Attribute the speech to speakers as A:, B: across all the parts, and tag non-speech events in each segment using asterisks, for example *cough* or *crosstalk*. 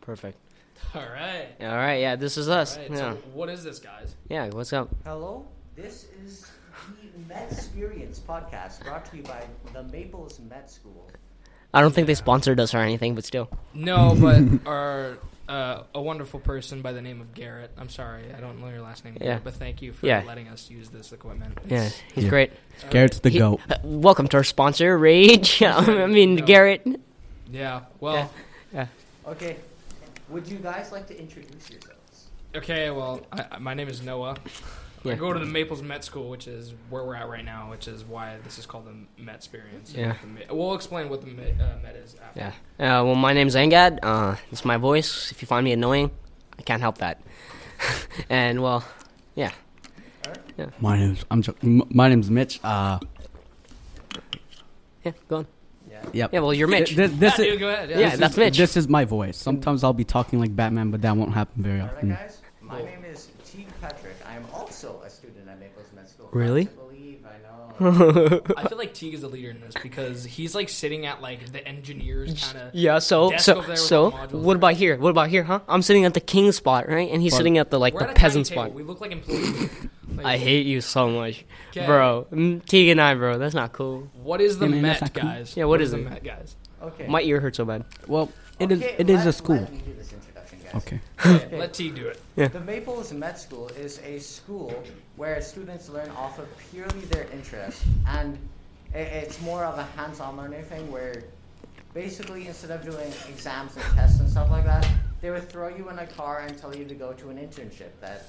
A: Perfect.
B: *laughs* All right.
A: All right. Yeah, this is us.
B: All right.
A: yeah.
B: So what is this, guys?
A: yeah. What's up?
C: Hello, this is the Met Experience podcast brought to you by the Maples Met School.
A: I don't think they sponsored us or anything, but still.
B: No,
A: *laughs*
B: but our uh, a wonderful person by the name of Garrett. I'm sorry, I don't know your last name.
A: Yeah.
B: Garrett, But thank you for
A: Yeah.
B: letting us use this equipment.
A: Yeah,
B: It's-
A: he's
D: Yeah.
A: great.
D: Garrett's the
A: He-
D: goat.
A: Uh, welcome to our sponsor, Rage. *laughs* I mean,
B: No.
A: Garrett.
B: Yeah. Well.
A: Yeah.
C: Okay, would you guys like to introduce yourselves?
B: Okay. Well, I, I- my name is Noah.
A: Yeah.
B: I go to the Maples Met School, which is where we're at right now, which is why this is called the Met Experience.
A: Yeah.
B: The Ma- we'll explain what the Met, uh, Met is after.
A: Yeah. Uh, well, my name's Angad. Uh, it's my voice. If you find me annoying, I can't help that. *laughs* and well,
D: My name's I'm jo- m- my name's Mitch. Uh,
A: yeah, go on.
C: Yeah.
D: yep.
A: Yeah, well, you're Mitch.
D: Th- this,
B: Yeah,
D: is,
B: dude, go ahead.
A: Yeah,
D: this is-
A: that's Mitch.
D: This is my voice. Sometimes I'll be talking like Batman, but that won't happen very
C: All right,
D: often.
C: guys. My
B: Cool.
C: name is T. Patrick. I am also a student at Maples Met School.
A: Really?
C: Hard to believe I
D: *laughs*
C: know.
B: I feel like Teague is the leader in this because he's like sitting at like the engineers kind of.
A: yeah. So,
B: Desk
A: so,
B: over there with
A: so,
B: the modules,
A: what about here? What about here? Huh? I'm sitting at the king spot, right? And he's
D: Well,
A: sitting at the like
B: We're
A: the
B: at a tiny
A: peasant
B: table.
A: spot.
B: We look like employees. Like,
A: I hate you so much,
B: 'Kay.
A: bro. Mm, Teague and I, bro. That's not cool.
B: What is the
D: Yeah, man, that's
B: Met,
D: not cool.
B: guys?
A: Yeah, what
B: what
A: is
B: the
A: it? *laughs*
B: Met, guys?
C: Okay.
A: My ear hurts so bad.
D: Well, it is
C: Okay,
D: it is
C: let-
D: a school.
C: Let me do this introduction, guys.
D: Okay.
B: Okay, Let Teague do it.
C: The Maples Met School is a school where students learn off of purely their interest, and i- it's more of a hands-on learning thing where basically instead of doing exams and tests and stuff like that, they would throw you in a car and tell you to go to an internship that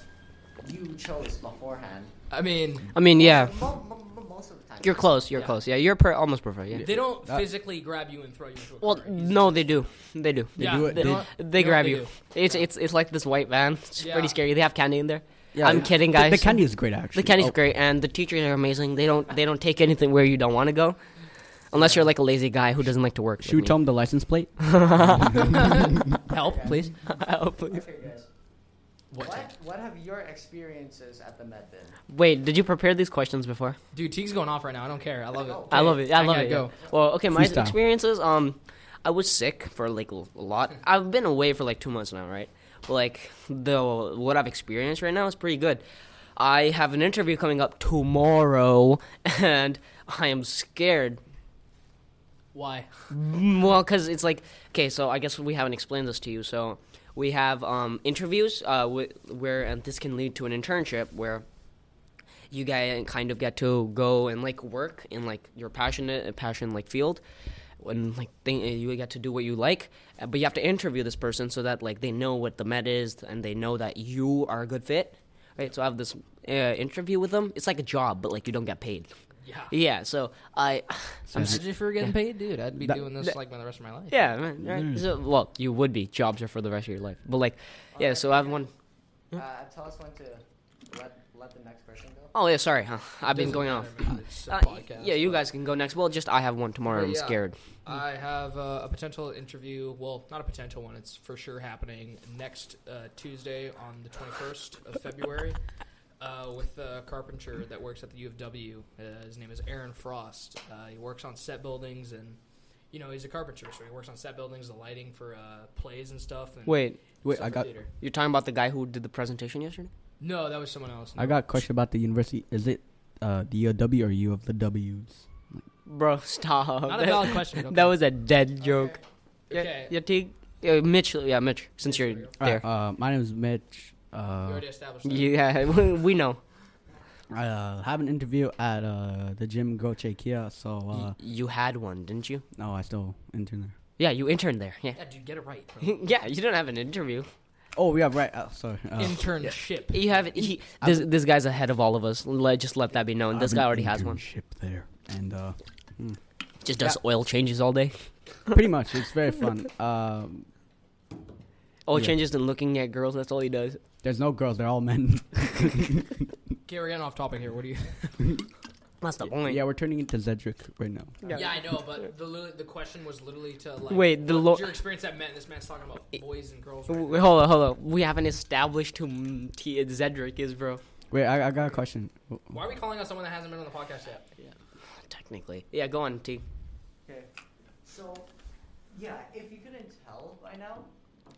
C: you chose beforehand.
B: I mean,
A: I mean, yeah.
C: Mo- mo- mo- most of the time.
A: You're close. You're
B: Yeah.
A: close. Yeah, you're per- almost perfect. Yeah. Uh,
B: they don't
D: That-
B: physically grab you and throw you into a
A: Well,
B: car. It's-
A: no, they do. They do.
D: They
B: yeah,
D: do it.
B: you know
D: They-
B: what?
A: They
B: know what
A: grab
B: they
A: you.
B: do?
A: It's it's it's like this white van. It's
B: Yeah.
A: pretty scary. They have candy in there.
D: Yeah,
A: I'm
D: yeah.
A: kidding,
D: The,
A: guys.
D: the candy is great, actually.
A: The candy's
D: Oh,
A: great, and the teachers are amazing. They don't they don't take anything where you don't want to go, unless you're like a lazy guy who doesn't like to work.
D: Should we tell him the license plate?
A: help, please. *laughs* help, please.
C: Okay, guys.
B: What?
C: What, what have your experiences at the Met been?
A: Wait, did you prepare these questions before?
B: Dude, Teague's going off right now. I don't care. I love it.
C: Oh.
A: I love it. I
B: I
A: love
B: gotta
A: it.
B: go.
A: yeah. Well, okay, my
D: Freestyle.
A: experiences. Um, I was sick for like a lot. I've been away for like two months now, right? But, like the what I've experienced right now is pretty good. I have an interview coming up tomorrow, *laughs* and I am scared.
B: Why?
A: Mm, Well, because it's like okay, so I guess we haven't explained this to you. So we have um, interviews uh, wi- where and this can lead to an internship where you guys kind of get to go and like work in like your passionate passion like field and like thing you get to do what you like uh, but you have to interview this person so that like they know what the med is and they know that you are a good fit right so i have this uh, interview with them it's like a job but like you don't get paid
B: Yeah.
A: yeah so i *sighs* i'm
B: Imagine if we were getting paid, dude. I'd be
D: That-
B: doing this
A: that-
B: like by the rest of my life.
A: yeah, man. Right? So, well, you would be. Jobs are for the rest of your life. But like, yeah. So I've one
C: Uh, tell us when to let, let the next person go.
A: oh yeah. Sorry, huh? I've been
B: Doesn't
A: going off.
B: matter, man. It's a
A: Uh,
B: podcast,
A: yeah, you
B: but-
A: guys can go next. Well, just I have one tomorrow.
B: But
A: I'm
B: yeah.
A: scared.
B: I have uh, a potential interview. Well, not a potential one. It's for sure happening next uh, Tuesday on the 21st of February uh, with a carpenter that works at the U of W. Uh, his name is Aaron Frost. Uh, he works on set buildings and, you know, he's a carpenter, so he works on set buildings, the lighting for uh, plays and stuff. And
A: Wait,
D: Wait,
B: stuff
D: I
B: for
D: got
B: theater.
A: you're talking about the guy who did the presentation yesterday?
B: No, that was someone else.
D: I
B: No.
D: got a question about the university. Is it uh, the UW or U of the W's?
A: Bro, *laughs* stop.
B: Not a
A: that,
B: valid question.
A: *laughs* that
B: okay.
A: was a dead joke. Yeah,
B: Okay.
A: yeah, Teague. Yeah, Mitch. Yeah, Mitch. Since you're
B: Alright,
A: there,
D: Uh, my name's Mitch.
B: You
D: Uh,
B: already established
A: *laughs*
B: that.
A: yeah, we we know.
D: I uh, have an interview at uh, the gym Goche Kia, so
A: Y-
D: uh,
A: you had one, didn't you?
D: no, I still intern there.
A: Yeah, you interned there. Yeah, *laughs*
B: Yeah, dude, get it right. bro.
A: yeah. You don't have an interview.
D: Oh, yeah, right. Uh, sorry. Uh,
B: Internship.
A: You have he, this. This guy's ahead of all of us. Let just let that be known.
D: I
A: This
D: have
A: guy
D: an
A: already has one.
D: internship there, and uh,
A: Just does oil changes all day.
D: pretty much it's very fun.
A: *laughs*
D: Um,
A: Oil
D: Yeah.
A: changes and looking at girls. That's all he does.
D: there's no girls; they're all men.
B: Okay, we're getting off topic here. What do you?
A: That's the point.
D: yeah, we're turning into Zedric right now.
A: Yeah.
B: Yeah, I know, but the li- the question was literally to like
A: Wait, the
B: what
A: lo-
B: was your experience at Met. This man's talking about boys and girls. Right?
A: Wait, hold on, hold on. We haven't established who M- T- Zedric is, bro.
D: Wait, I, I got a question.
B: Why are we calling out someone that hasn't been on the podcast yet?
A: Technically, yeah. Go on, T.
C: Okay. So, yeah, if you couldn't tell by now,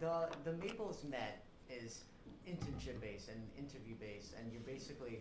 C: the the Maples Net is internship based and interview based, and you're basically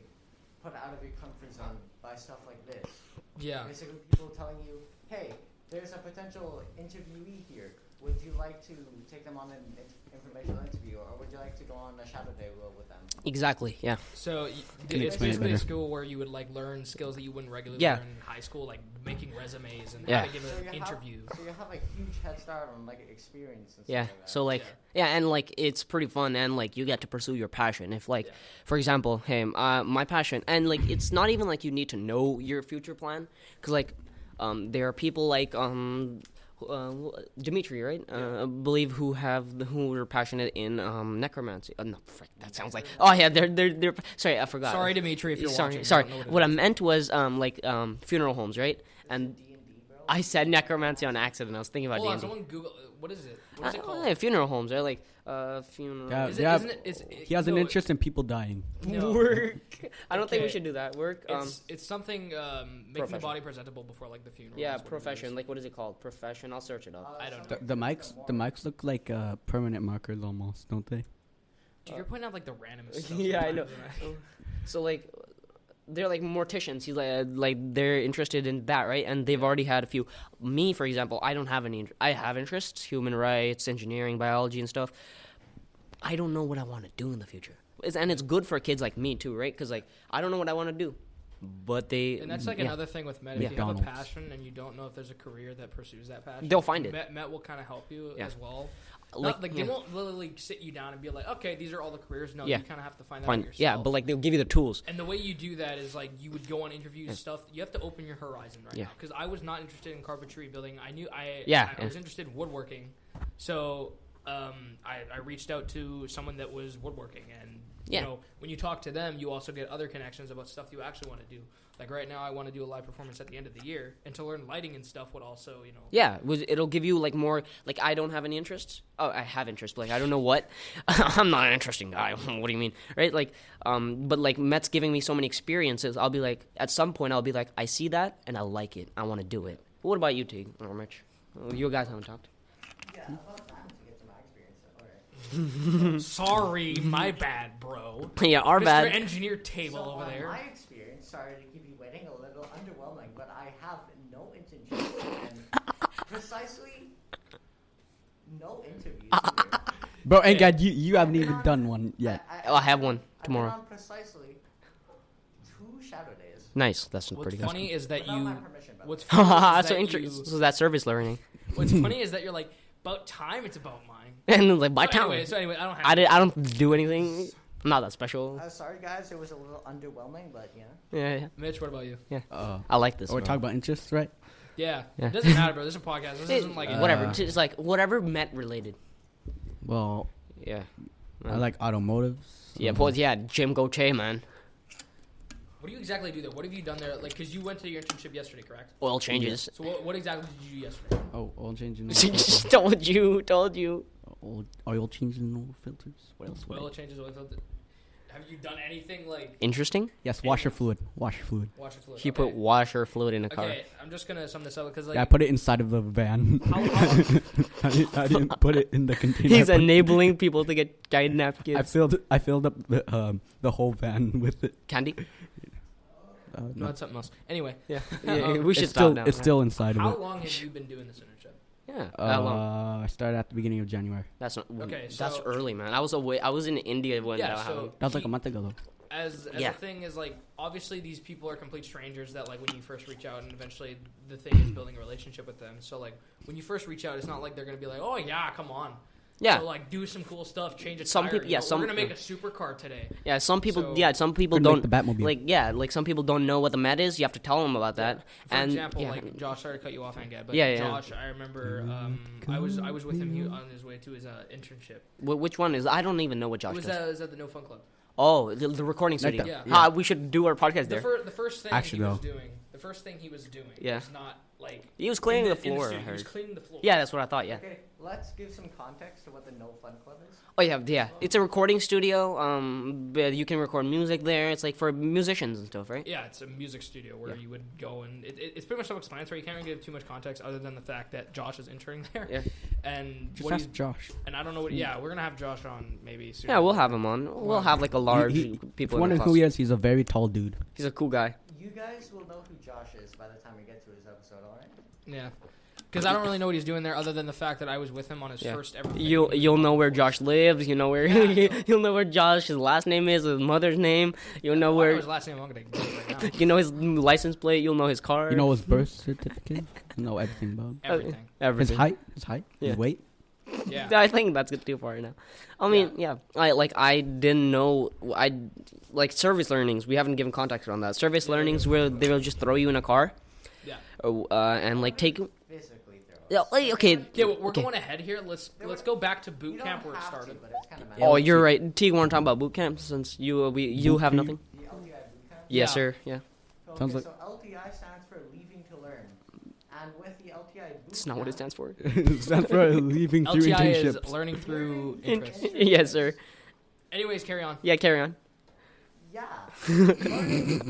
C: put out of your comfort zone by stuff like this.
B: Yeah.
C: Basically, people telling you, "Hey, there's a potential interviewee here. Would you like to take them on an in- informational interview, or would you like to go on a shadow day role with them?"
A: Exactly. Yeah.
B: So y-
D: Can you
B: it's
D: explain it
B: basically a
D: better?
B: school where you would like learn skills that you wouldn't regularly
A: Yeah.
B: learn in high school, like making resumes and
A: Yeah.
B: how to give an interview.
C: Have, so you have a huge head start on like experience and stuff
A: Yeah.
C: like that.
A: So like yeah. and like it's pretty fun and like you get to pursue your passion. If like
B: Yeah.
A: for example, hey, m- uh, my passion and like it's not even like you need to know your future plan cuz like um there are people like um who- uh, wh- Dimitri, right? Uh, I believe who have who are passionate in um, necromancy. Oh, no, frick, that sounds like oh yeah, they're they're they're sorry, I forgot.
B: Uh, Sorry, Dimitri, if you're
A: sorry,
B: watching. I
A: sorry.
B: don't know what it
A: what I
B: is.
A: meant was um like um funeral homes, right? And
C: D and D, bro.
A: I said necromancy on accident. I was thinking about
B: Hold on,
A: D&D.
B: someone Google. uh, What is it? What
A: Uh,
B: is it
A: well,
B: called?
A: yeah, funeral homes, right? Like uh, funeral.
D: Yeah,
B: Is
D: they
B: it-
D: have-
B: isn't it- is it-
D: he has an
B: no,
D: interest in people dying.
B: No.
A: *laughs* Work. I don't think we
B: Okay.
A: should do that. Work. Um,
B: It's, it's something um, making the
A: Profession.
B: body presentable before like the funeral.
A: yeah,
B: is what it is.
A: profession. Like, what is it called? Profession. I'll search it *laughs* up.
C: Uh,
B: I don't
C: some
D: The,
C: people
D: the
C: think
D: mics,
C: they're
D: the
C: more-
D: mics look like uh, permanent markers almost, don't they?
B: Dude, you're pointing out like the
A: *laughs*
B: randomest. Stuff
A: yeah, I know.
B: sometimes, and
A: so like, they're like morticians. He's like, uh, like they're interested in that, right? And they've already had a few. Me, for example, I don't have any. int- I have interests: human rights, engineering, biology, and stuff. I don't know what I want to do in the future. It's, and it's good for kids like me too, right? Because like I don't know what I want to do, but they
B: And that's like
A: yeah.
B: another thing with Met. If you have a
D: McDonald's.
B: passion and you don't know if there's a career that pursues that passion,
A: They'll find it.
B: Met, Met will kind of help you
A: Yeah.
B: as well. Not-
A: Like,
B: Like, they
A: yeah.
B: won't literally sit you down and be like, "Okay, these are all the careers." No,
A: Yeah.
B: you kind of have to find that out
A: Find,
B: yourself.
A: yeah, but like they'll give you the tools.
B: And the way you do that is like you would go on interviews and stuff. You have to open your horizon right
A: Yeah.
B: now because I was not interested in carpentry building. I knew I
A: Yeah,
B: I, I was
A: yeah.
B: interested in woodworking, so um, I, I reached out to someone that was woodworking. And
A: Yeah.
B: you know, when you talk to them, you also get other connections about stuff you actually want to do. Like right now, I want to do a live performance at the end of the year, and to learn lighting and stuff would also you know.
A: Yeah, it was- it'll give you like more. Like I don't have any interests. Oh, I have interests. But, like I don't know what. *laughs* I'm not an interesting guy. *laughs* what do you mean, right? Like, um, but like Met's giving me so many experiences. I'll be like, at some point, I'll be like, I see that and I like it. I want to do it. What about you, Teague or Mitch? Oh, You guys haven't talked. *laughs*
C: Yeah, about time to get to my experience. All right.
B: Sorry, my bad, bro.
A: yeah, our
B: Mr.
A: bad.
B: Engineer table
C: so,
B: over
C: uh,
B: there.
C: My experience, sorry to keep you waiting, a little underwhelming, but I have no internships
A: *laughs*
C: and precisely no interviews.
A: Uh,
C: here.
D: Bro, and God, you, you haven't even done one yet.
A: Oh, I have one tomorrow.
C: I've been on precisely two shadow days.
A: nice. That's
B: What's
A: pretty good. *laughs*
B: funny is that
C: Without
B: you.
C: my permission, by the
B: What's
C: way.
B: funny is
A: so
B: that
A: inter-
B: you-
A: so that service learning, *laughs*
B: What's funny is that you're like, about time, it's about mine.
A: and then, like by
B: so
A: town,
B: Anyway, so anyway, I don't have.
A: I did. I don't do anything. I'm not that special.
C: Uh, sorry, guys, it was a little underwhelming, but you know.
A: Yeah, yeah.
B: Mitch, what about you?
D: Uh,
A: I like this.
D: we're
A: bro.
D: talking about interests, right?
B: Yeah,
A: Yeah.
B: it doesn't matter, bro. This is a podcast. This
A: It-
B: isn't like
A: whatever.
D: Uh,
A: it's like whatever Met related.
D: Well,
A: Yeah.
D: Hmm. I like automotives.
A: Mm.
D: Uh,
A: Yeah,
D: so-
A: boys. Yeah, Jim Goche, man.
B: What do you exactly do there? What have you done there? Like, cause you went to your internship yesterday, correct?
A: Oil changes. *laughs*
B: So what, what exactly did you do yesterday?
D: Oh, oil changing.
A: told you. Told you.
D: oil, oil changing oil filters. What else? would
B: Oil
D: I-
B: changes, oil filter. Have you done anything like
A: Interesting.
D: Yes, washer fluid. Washer fluid.
B: washer fluid?
A: He
B: okay.
A: put washer fluid in a car.
B: Okay, I'm just gonna sum this up because like
D: yeah, I put it inside of the van.
B: How-
D: *laughs*
B: how-
D: I, didn't, I didn't put it in the container.
A: He's
D: I, put-
A: enabling people to get kidnapped
D: I
A: kids.
D: filled. I filled up the um, the whole van *laughs* with it.
A: Candy.
D: Uh,
B: no, it's something else. Anyway,
A: *laughs* Yeah.
B: Um,
A: we should
D: it's still.
A: stop now.
D: it's
A: man.
D: still inside
B: how
D: of it.
B: long have you been doing this internship?
A: Yeah.
D: Uh,
A: that long.
D: I started at the beginning of January.
A: That's not.
B: okay,
A: that's
B: so-
A: early, man. I was away. I was in India when
B: yeah,
A: that happened.
B: so
D: That was like
B: he-
D: a month ago. Though.
B: as, as
A: Yeah.
B: the thing is like obviously these people are complete strangers that like when you first reach out and eventually the thing is building a relationship with them so like when you first reach out it's not like they're gonna be like oh yeah come on
A: Yeah.
B: so like do some cool stuff change a
A: Some
B: tire,
A: people-
B: you
A: yeah,
B: know,
A: some-
B: we're gonna make a supercar today
A: Yeah, some people.
B: So-
A: yeah, some people
D: Couldn't
A: don't
D: make the Batmobile.
A: Like yeah, like some people don't know what the Met is. You have to tell them about that.
B: for
A: and
B: example
A: yeah,
B: like josh sorry to cut you off Angad, but
A: Yeah, yeah.
B: josh i remember um, i was i was with him he, on his way to his uh, internship
A: wh- which one is? I don't even know what
B: it
A: Josh
B: was
A: does.
B: at, it was at the no fun club
A: Oh, the, the recording
D: Like
A: studio.
B: that,
A: Ah, we should do our podcast
B: the,
A: there.
B: fir- the first thing
D: Actually,
B: he was
D: though.
B: doing the first thing he was doing
A: Yeah.
B: was not like
A: he was cleaning
B: in
A: the,
B: in
A: floor. I
B: studio, he was
A: heard.
B: cleaning the floor
A: Yeah, that's what I thought. Yeah.
C: Okay, let's give some context to what the No Fun Club is.
A: Oh yeah, yeah. It's a recording studio. Um, but you can record music there. It's like for musicians and stuff, right?
B: Yeah, it's a music studio where you would go and it, it- it's pretty much self-explanatory. You can't really give too much context other than the fact that Josh is entering *laughs* there.
A: Yeah.
B: And
D: Just
B: what
D: ask
B: he's,
D: Josh.
B: and I don't know what. Yeah, we're gonna have Josh on maybe soon.
A: Yeah, we'll have him on. We'll have like a large
D: He- he- if
A: people.
D: you
A: in the
D: wonder
A: class.
D: who he is, he's a very tall dude.
A: He's a cool guy.
C: You guys will know who Josh is by the time we get to his episode, all right?
B: Yeah. Because I don't really know what he's doing there other than the fact that I was with him on his
A: Yeah.
B: first ever.
A: You'll
B: thing.
A: you'll know where Josh lives. You know where *laughs* you'll know where Josh's last name is, his mother's name. You'll know
B: Well, I know
A: where
B: his last name. I'm gonna get
A: *laughs*
B: it right now.
A: you know his license plate. You'll know his car.
D: You know his birth certificate. You know everything about him.
B: Everything.
D: his
A: everything.
D: height, his height,
A: Yeah.
D: his weight.
B: Yeah.
A: I think that's good too far now. I mean, yeah. I like I didn't know I like service learnings. We haven't given context on that. Service learnings where they'll just throw you in a car
B: Yeah.
A: uh, and like take.
C: Physically throw
A: Yeah,
C: us.
A: like, okay.
B: Yeah, well, we're
A: okay.
B: going ahead here. Let's
C: There
B: let's
C: were-
B: go back to boot
C: You
B: camp
C: don't
B: where it
C: have
B: started.
C: to, but it's kind of magic.
A: Oh, you're right. T, you want to talk about boot camp since you uh, we you
D: Boot
A: have
D: camp?
A: nothing.
C: The LTI boot camp?
A: Yes,
B: Yeah.
A: sir. Yeah.
C: Okay,
D: Sounds like-
C: so LTI stands for Leaving to Learn. And with the LTI boot
A: It's not what it stands for.
D: That's for
B: *laughs*
D: leaving through
B: LTI is
D: internships.
B: learning through
A: In-
B: interest.
A: *laughs* yes, sir.
B: Anyways, carry on.
A: Yeah, carry on.
C: Yeah. learning,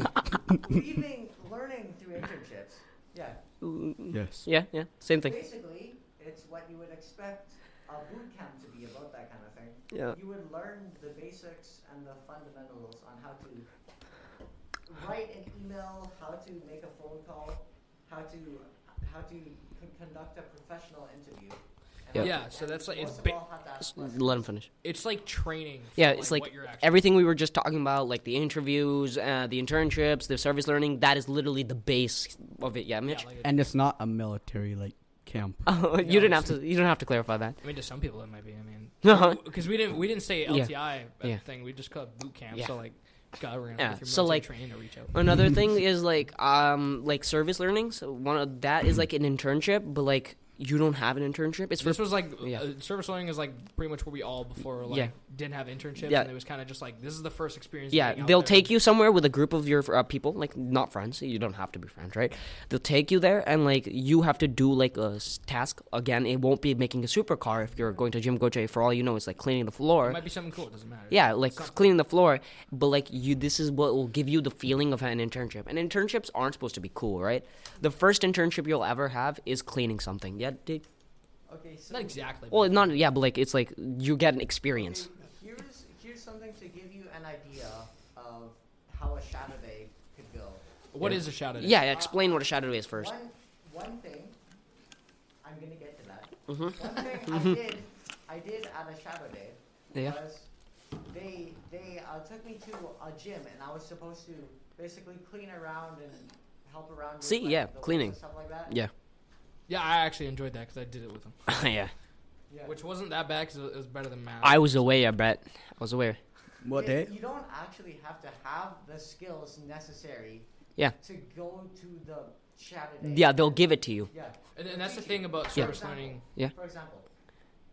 C: leaving, learning through internships. Yeah.
D: yes.
A: Mm, Yeah, yeah. Same thing.
C: Basically, it's what you would expect a boot camp to be about, that kind of thing.
A: Yeah.
C: You would learn the basics and the fundamentals on how to write an email, how to make a phone call, how to how to con- conduct a professional interview. and
A: Yeah.
C: how to-
B: Yeah, so
C: and
B: that's like- it's
C: most of
B: ba-
C: all, how to ask questions.
A: Let him finish.
B: It's like training. for,
A: Yeah, it's like
B: what you're actually-
A: everything we were just talking about, like the interviews, uh, the internships, the service learning. That is literally the base of it. Yeah,
B: Yeah,
A: Mitch.
B: like it-
D: And it's not a military like camp.
A: *laughs* Oh, you didn't have to. You don't have to clarify that.
B: I mean, to some people it might be. I mean,
A: *laughs* Uh-huh.
B: because we didn't we didn't say
A: Yeah.
B: LTI
A: Yeah.
B: uh, thing. We just called it boot camp.
A: Yeah.
B: So like, God, we're gonna
A: Yeah,
B: have to go through
A: so,
B: military
A: like-
B: training to reach out.
A: Another
B: *laughs*
A: thing is like um like service learning. So one of that is like an internship, but like you don't have an internship. It's for
B: This was like
A: yeah.
B: uh, service learning is like pretty much where we all before like
A: Yeah.
B: didn't have internships
A: Yeah.
B: and it was kind of just like this is the first experience.
A: Yeah,
B: being out
A: they'll
B: there.
A: take you somewhere with a group of your uh, people, like not friends. You don't have to be friends, right? They'll take you there, and like you have to do like a s- task. Again, it won't be making a supercar if you're going to Jim Goche. For all you know, it's like cleaning the
B: It
A: floor.
B: might be something cool. It doesn't matter.
A: Yeah, like
B: Something.
A: cleaning the floor. But like you, this is what will give you the feeling of an internship. And internships aren't supposed to be cool, right? The first internship you'll ever have is cleaning something. Yeah, dig-
C: Okay, so
B: Not exactly.
A: well,
B: but-
A: not yeah, but like it's like you get an experience.
C: Okay, Here's here's something to give you an idea of how a shadow day could go.
B: what is a shout out?
A: Yeah, explain what a shadow is first. *laughs*
C: One one thing I'm gonna get to that. One thing
A: *laughs*
C: I did I did at a shadow day
A: Mm-hmm. Yeah.
C: was they they uh, took me to a gym and I was supposed to basically clean around and help around. With,
A: See,
C: like,
A: yeah,
C: the weights and
A: cleaning.
C: stuff like that.
A: Yeah,
B: Yeah, I actually enjoyed that because I did it with him,
A: yeah.
C: Yeah.
B: which wasn't that bad because it was better than math.
A: I was away. I bet I was away.
D: What eh?
C: Yeah,
D: day?
C: You don't actually have to have the skills necessary.
A: Yeah.
C: To go to the shadow day.
A: Yeah, they'll give it to you.
C: Yeah.
B: and, and that's the thing about
C: Yeah.
B: service learning.
A: Yeah.
C: For example,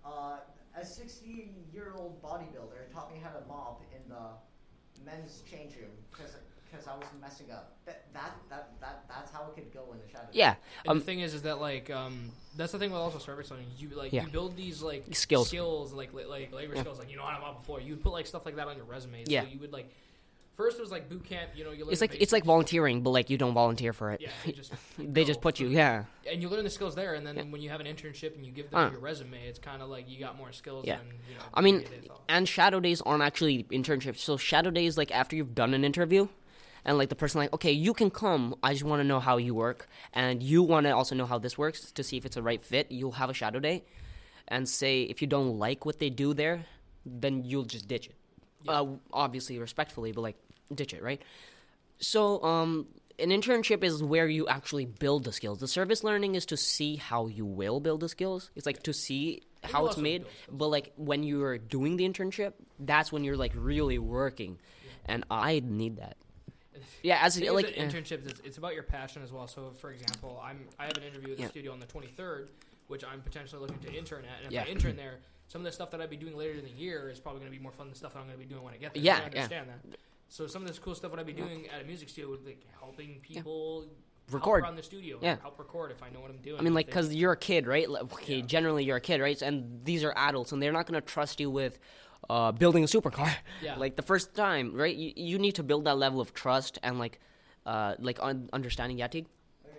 C: uh, a 60 year old bodybuilder taught me how to mob in the men's change room because I was messing up. That, that, that, that, that's how it could go in the shadow.
A: Yeah,
B: And
A: um,
B: the thing is, is that like um, that's the thing with also service learning. You like
A: Yeah.
B: you build these like
A: Skills.
B: skills like li- like labor
A: Yeah.
B: skills. Like you know how I'm up before. You put like stuff like that on your resume.
A: Yeah.
B: So you would like first it was like boot camp. You know you learn
A: it's
B: the
A: like it's like
B: basics.
A: volunteering, but like you don't volunteer for it.
B: yeah.
A: *laughs*
B: You just
A: They just
B: go.
A: put you. Yeah,
B: and you learn the skills there, and then
A: Yeah.
B: when you have an internship and you give them
A: Uh.
B: your resume, it's kind of like you got more skills.
A: Yeah.
B: Than, you know,
A: I mean,
B: they thought. *laughs*
A: and shadow days aren't actually internships. So shadow days like after you've done an interview, and like the person like, okay, you can come. I just want to know how you work, and you want to also know how this works to see if it's a right fit. You'll have a shadow day, and say if you don't like what they do there, then you'll just ditch it. Uh, obviously, respectfully, but like ditch it, right? So, um, an internship is where you actually build the skills. The service learning is to see how you will build the skills. It's like to see how
B: you
A: it's
B: also
A: made.
B: build
A: But like when you're doing the internship, that's when you're like really working, and I need that. Yeah, as
B: The thing is
A: like
B: with
A: eh,
B: internships, it's, it's about your passion as well. So, for example, I'm I have an interview at the
A: Yeah.
B: studio on the 23rd, which I'm potentially looking to intern at. And if
A: Yeah.
B: I intern there, some of the stuff that I'd be doing later in the year is probably going to be more fun than stuff that I'm going to be doing when I get there.
A: Yeah,
B: I
A: yeah.
B: understand that. So, some of this cool stuff that I'd be doing at a music studio would be like helping people
A: record.
B: help around the studio.
A: Yeah.
B: help record if I know what I'm doing.
A: I mean,
B: If
A: like,
B: they-
A: because you're a kid, right? Like, okay,
B: Yeah.
A: generally you're a kid, right? And these are adults, and they're not going to trust you with uh, building a supercar.
B: Yeah.
A: *laughs* like, the first time, right? You, you need to build that level of trust and, like, uh, like un- understanding Yati.
C: Okay.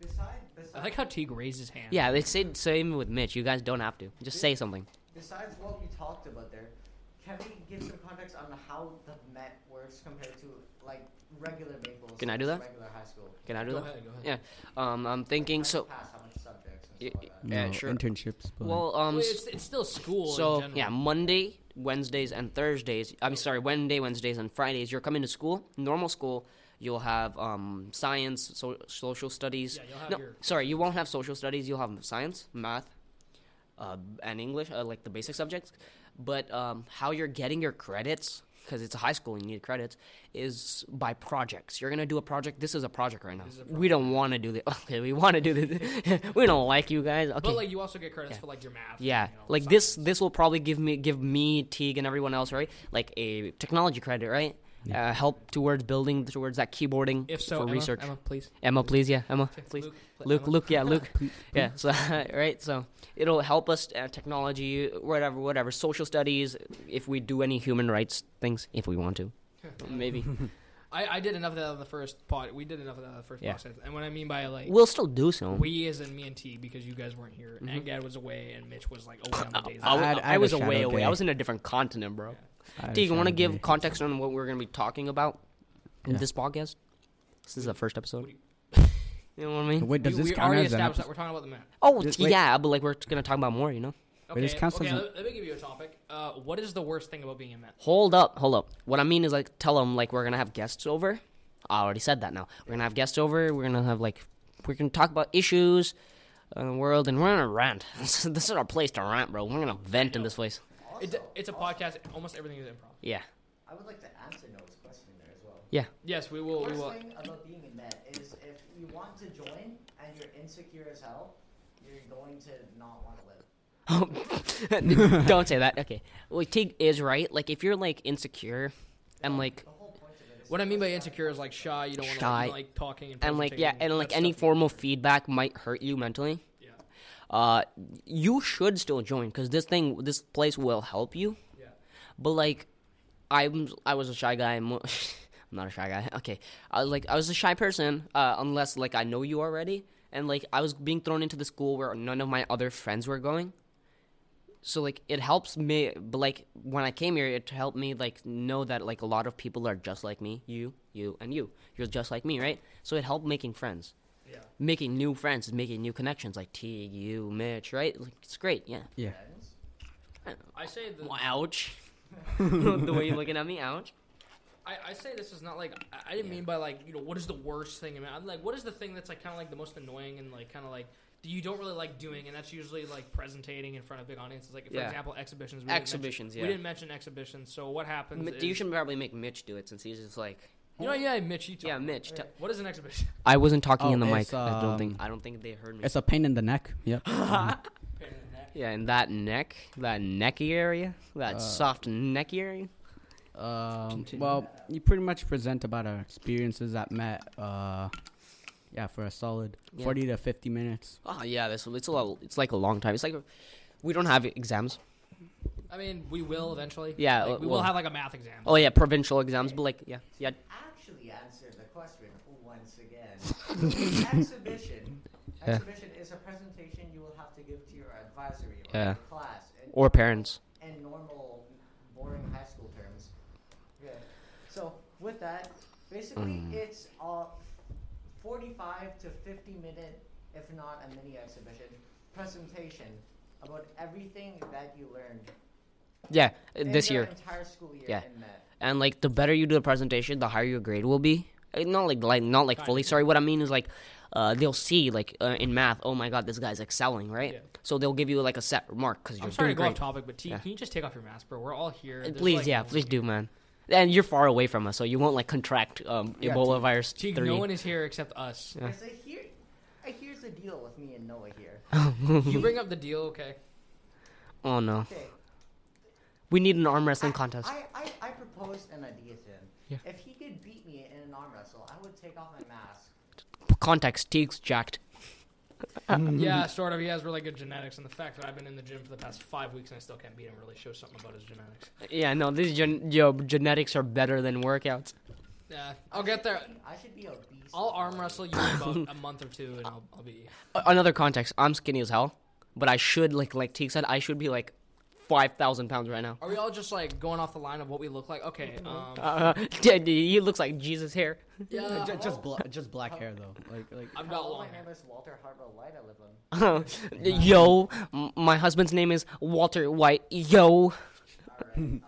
C: Beside,
B: *laughs* I
C: beside,
B: like how Teague raised his hand.
A: Yeah, they say same with Mitch. You guys don't have to. Just say something.
C: besides what we talked about there, can we give some context on how the Met works compared to like regular Maples?
A: Can I do
C: versus
A: that?
C: Regular high school.
A: Can I do
B: Go
A: that?
B: ahead, go ahead.
A: Yeah. Um, I'm thinking
C: Like,
A: so.
C: Pass how much subjects
A: Y-
C: and stuff like that.
A: y- Yeah, sure.
D: Internships. But
A: Well, um,
B: Well, it's, it's still school. in
A: so
B: general.
A: yeah, Monday, Wednesdays, and Thursdays. I'm sorry, Wednesday, Wednesdays, and Fridays. You're coming to school, normal school. You'll have um, science, so, social studies.
B: Yeah, you'll have
A: no,
B: your-
A: sorry, you won't have social studies. You'll have science, math, uh, and English, uh, like the basic subjects. But um, how you're getting your credits, because it's a high school and you need credits, is by projects. You're gonna do a project. This is a project right now.
B: is a
A: We don't want to do this. *laughs* Okay, we want to do this. *laughs* we don't like you guys. Okay.
B: But like you also get credits
A: Yeah.
B: for like your math.
A: Yeah,
B: you know,
A: like this. This will probably give me, give me Teague and everyone else, right? Like a technology credit, right? Uh, help towards building towards that keyboarding
B: If so,
A: for
B: Emma,
A: research. Emma.
B: Emma, please.
A: please, yeah, Emma, please.
B: Luke, pl-
A: Luke,
B: Emma.
A: Luke, yeah, Luke, *laughs* yeah. So right, so it'll help us uh, technology, whatever, whatever, social studies. If we do any human rights things, if we want *laughs* to, maybe
B: I, I did enough of that on the first pod. We did enough of that on the first
A: Yeah.
B: podcast. And what I mean by like
A: we'll still do some.
B: we as in me and T because you guys weren't
A: Mm-hmm.
B: here and Gad was away and Mitch was like away on
A: *laughs*
B: the days.
A: I,
B: off.
A: was,
D: I had-
A: I
D: I had a
A: was away,
D: shadow
A: away.
D: day.
A: I was in a different continent, bro.
D: I had a
A: Do you want to
D: shadow
A: give
D: day.
A: context on what we're going to be talking about in
D: Yeah.
A: this podcast? This is the first episode.
B: do
A: *laughs* you know what I mean?
D: Wait, does
B: we,
D: this
B: we
D: count
B: already
D: as an
B: established
D: episode?
B: that we're talking about the map.
A: Oh,
D: Just
A: t-
D: wait.
A: yeah, but like we're going to talk about more, you know?
B: Okay,
D: this counts as
B: okay
D: a-
B: let, let me give you a topic. Uh, what is the worst thing about being a Met?
A: Hold up, hold up. What I mean is like tell them like we're going to have guests over. I already said that now. We're going to have guests over. We're going to have like we're going to talk about issues in the world and we're going to rant. *laughs* this is our place to rant, bro. We're going to vent in this place.
C: Also,
B: It, it's a podcast. Almost everything is improv.
A: Yeah. *laughs*
C: I would like to answer Noah's question there as well.
A: Yeah.
B: Yes, we will. We
C: Worst
B: will.
C: thing about being a Met is if you want to join and you're insecure as hell, you're going to not want to live.
A: Don't say that. Okay. Well, Tig is right. Like if you're like insecure and like
C: The whole point of it is
B: What I mean by insecure is like shy. You don't want to
A: Shy.
B: like, like talking and
A: and like yeah
B: presenting.
A: and like
B: That's
A: any
B: stuff you-
A: form of feedback might hurt you mentally
B: Yeah.
A: uh you should still join because this thing this place will help you
B: Yeah.
A: but like i'm i was a shy guy i'm, *laughs* I'm not a shy guy *laughs* okay i was like i was a shy person uh unless like i know you already and like i was being thrown into the school where none of my other friends were going so like it helps me but like when i came here it helped me like know that like a lot of people are just like me you you and you you're just like me right so it helped making friends
B: Yeah.
A: making new friends and making new connections like Teague, you, Mitch, right? Like, it's great, yeah.
D: Yeah.
C: friends.
B: I say the
A: Well, ouch. *laughs* the way you're looking at me, ouch.
B: I, I say this is not like I, I didn't mean by like you know what is the worst thing. I mean, I'm like what is the thing that's like kind of like the most annoying and like kind of like that you don't really like doing, and that's usually like presentating in front of big audiences. Like for
A: Yeah.
B: example, exhibitions. We didn't mention-
A: Exhibitions,
B: We
A: yeah.
B: didn't mention exhibitions. So what happens?
A: M-
B: is,
A: you should probably make Mitch do it since he's just like,
B: You know, yeah, Mitch. You talk
A: yeah, Mitch. I
B: What is an exhibition?
A: I wasn't talking
D: Oh,
A: in the mic.
D: it's,
A: I don't think
D: um,
A: I don't think they heard me.
D: It's a pain in the neck. *laughs* Yep. Um,
B: Pain in the neck.
A: Yeah, in that neck, that necky area, that soft necky area.
D: Um,
A: Continue.
D: well, you pretty much present about our experiences at Met. Uh, yeah, for a solid
A: Yeah.
D: forty to fifty minutes.
A: Oh yeah, this it's a lot, it's like a long time. It's like we don't have exams.
B: I mean, we will eventually.
A: Yeah,
B: Like, we
A: well-
B: will have like a math exam.
A: Oh yeah, provincial exams, but like yeah, yeah.
C: Actually, answer the question once again. exhibition. Exhibition is a presentation you will have to give to your advisory or
A: Yeah.
C: your class in,
A: Or parents.
C: in normal, boring high school terms. Okay. So with that, basically
A: Hmm.
C: it's a 45 to 50 minute, if not a mini exhibition, presentation about everything that you learned
A: Yeah,
C: in
A: Uh, this
C: your
A: year.
C: entire school year
A: Yeah.
C: in Met.
A: and like the better you do the presentation, the higher your grade will be. Uh, Not like like not like
B: Kind
A: fully.
B: of.
A: Sorry, what I mean is like uh, they'll see like uh, in math. Oh my god, this guy's excelling, right?
B: Yeah.
A: So they'll give you like a set mark because you're
B: I'm sorry to
A: doing
B: go
A: great.
B: off topic, but T,
A: Yeah.
B: can you just take off your mask, bro? We're all here.
A: Uh,
B: There's,
A: please,
B: like,
A: yeah,
B: no-
A: please do, man. And you're far away from us, so you won't like contract um,
D: Yeah,
A: Ebola virus
B: T,
A: three.
B: no one is here except
A: *laughs*
B: us.
A: Yeah.
C: Because I hear, I here's the deal with me and Noah
A: *laughs*
C: here.
B: you bring up the deal, okay?
A: oh no,
C: Okay.
A: we need an arm wrestling
C: I-
A: contest.
C: I, I, I proposed an idea to him.
A: Yeah.
C: If he could beat me in an arm wrestle, I would take off my mask.
A: contacts, teeth jacked.
B: yeah, sort of. He has really good genetics, and the fact that I've been in the gym for the past five weeks and I still can't beat him really shows something about his genetics.
A: Yeah, no, these gen- yo, genetics are better than workouts.
B: Yeah, I'll get there.
C: I should be obese.
B: I'll arm wrestle you in *laughs* about a month or two, and I'll, I'll be.
A: A- Another context: I'm skinny as hell, but I should like like Teague said, I should be like five thousand pounds right now. *laughs*
B: Are we all just like going off the line of what we look like? Okay. Um,
A: Uh, *laughs* yeah, he looks like Jesus here. *laughs*
B: yeah,
D: just just, bla- just black hair though. Like like
B: I've
C: Hello,
B: got long
C: my
B: hair.
C: name is Walter Hartwell White. I live on.
A: Yo, m- my husband's name is Walter White. Yo,
C: Alright. Um,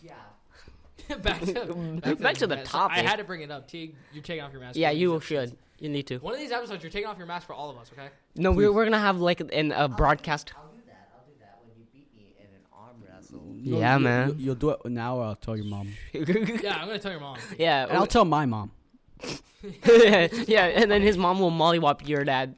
C: yeah.
B: *laughs* back to back,
A: Back to the
B: mess.
A: topic.
B: I had to bring it up. Teague, you're taking off your mask.
A: yeah,
B: One of
A: you
B: these episodes.
A: should. You need to.
B: One of these episodes, you're taking off your mask for all of us.
A: *laughs*
B: Okay.
A: No, we're we're gonna have like an a broadcast. *laughs*
C: I'll do that. I'll do that when you beat me in an arm wrestle.
D: No,
A: Yeah,
D: you-
A: man.
D: You, will do it now, or I'll tell your mom.
B: Yeah, I'm gonna tell your mom.
A: yeah,
D: And I'll tell my mom.
A: *laughs* yeah, and then his mom will mollywop your dad.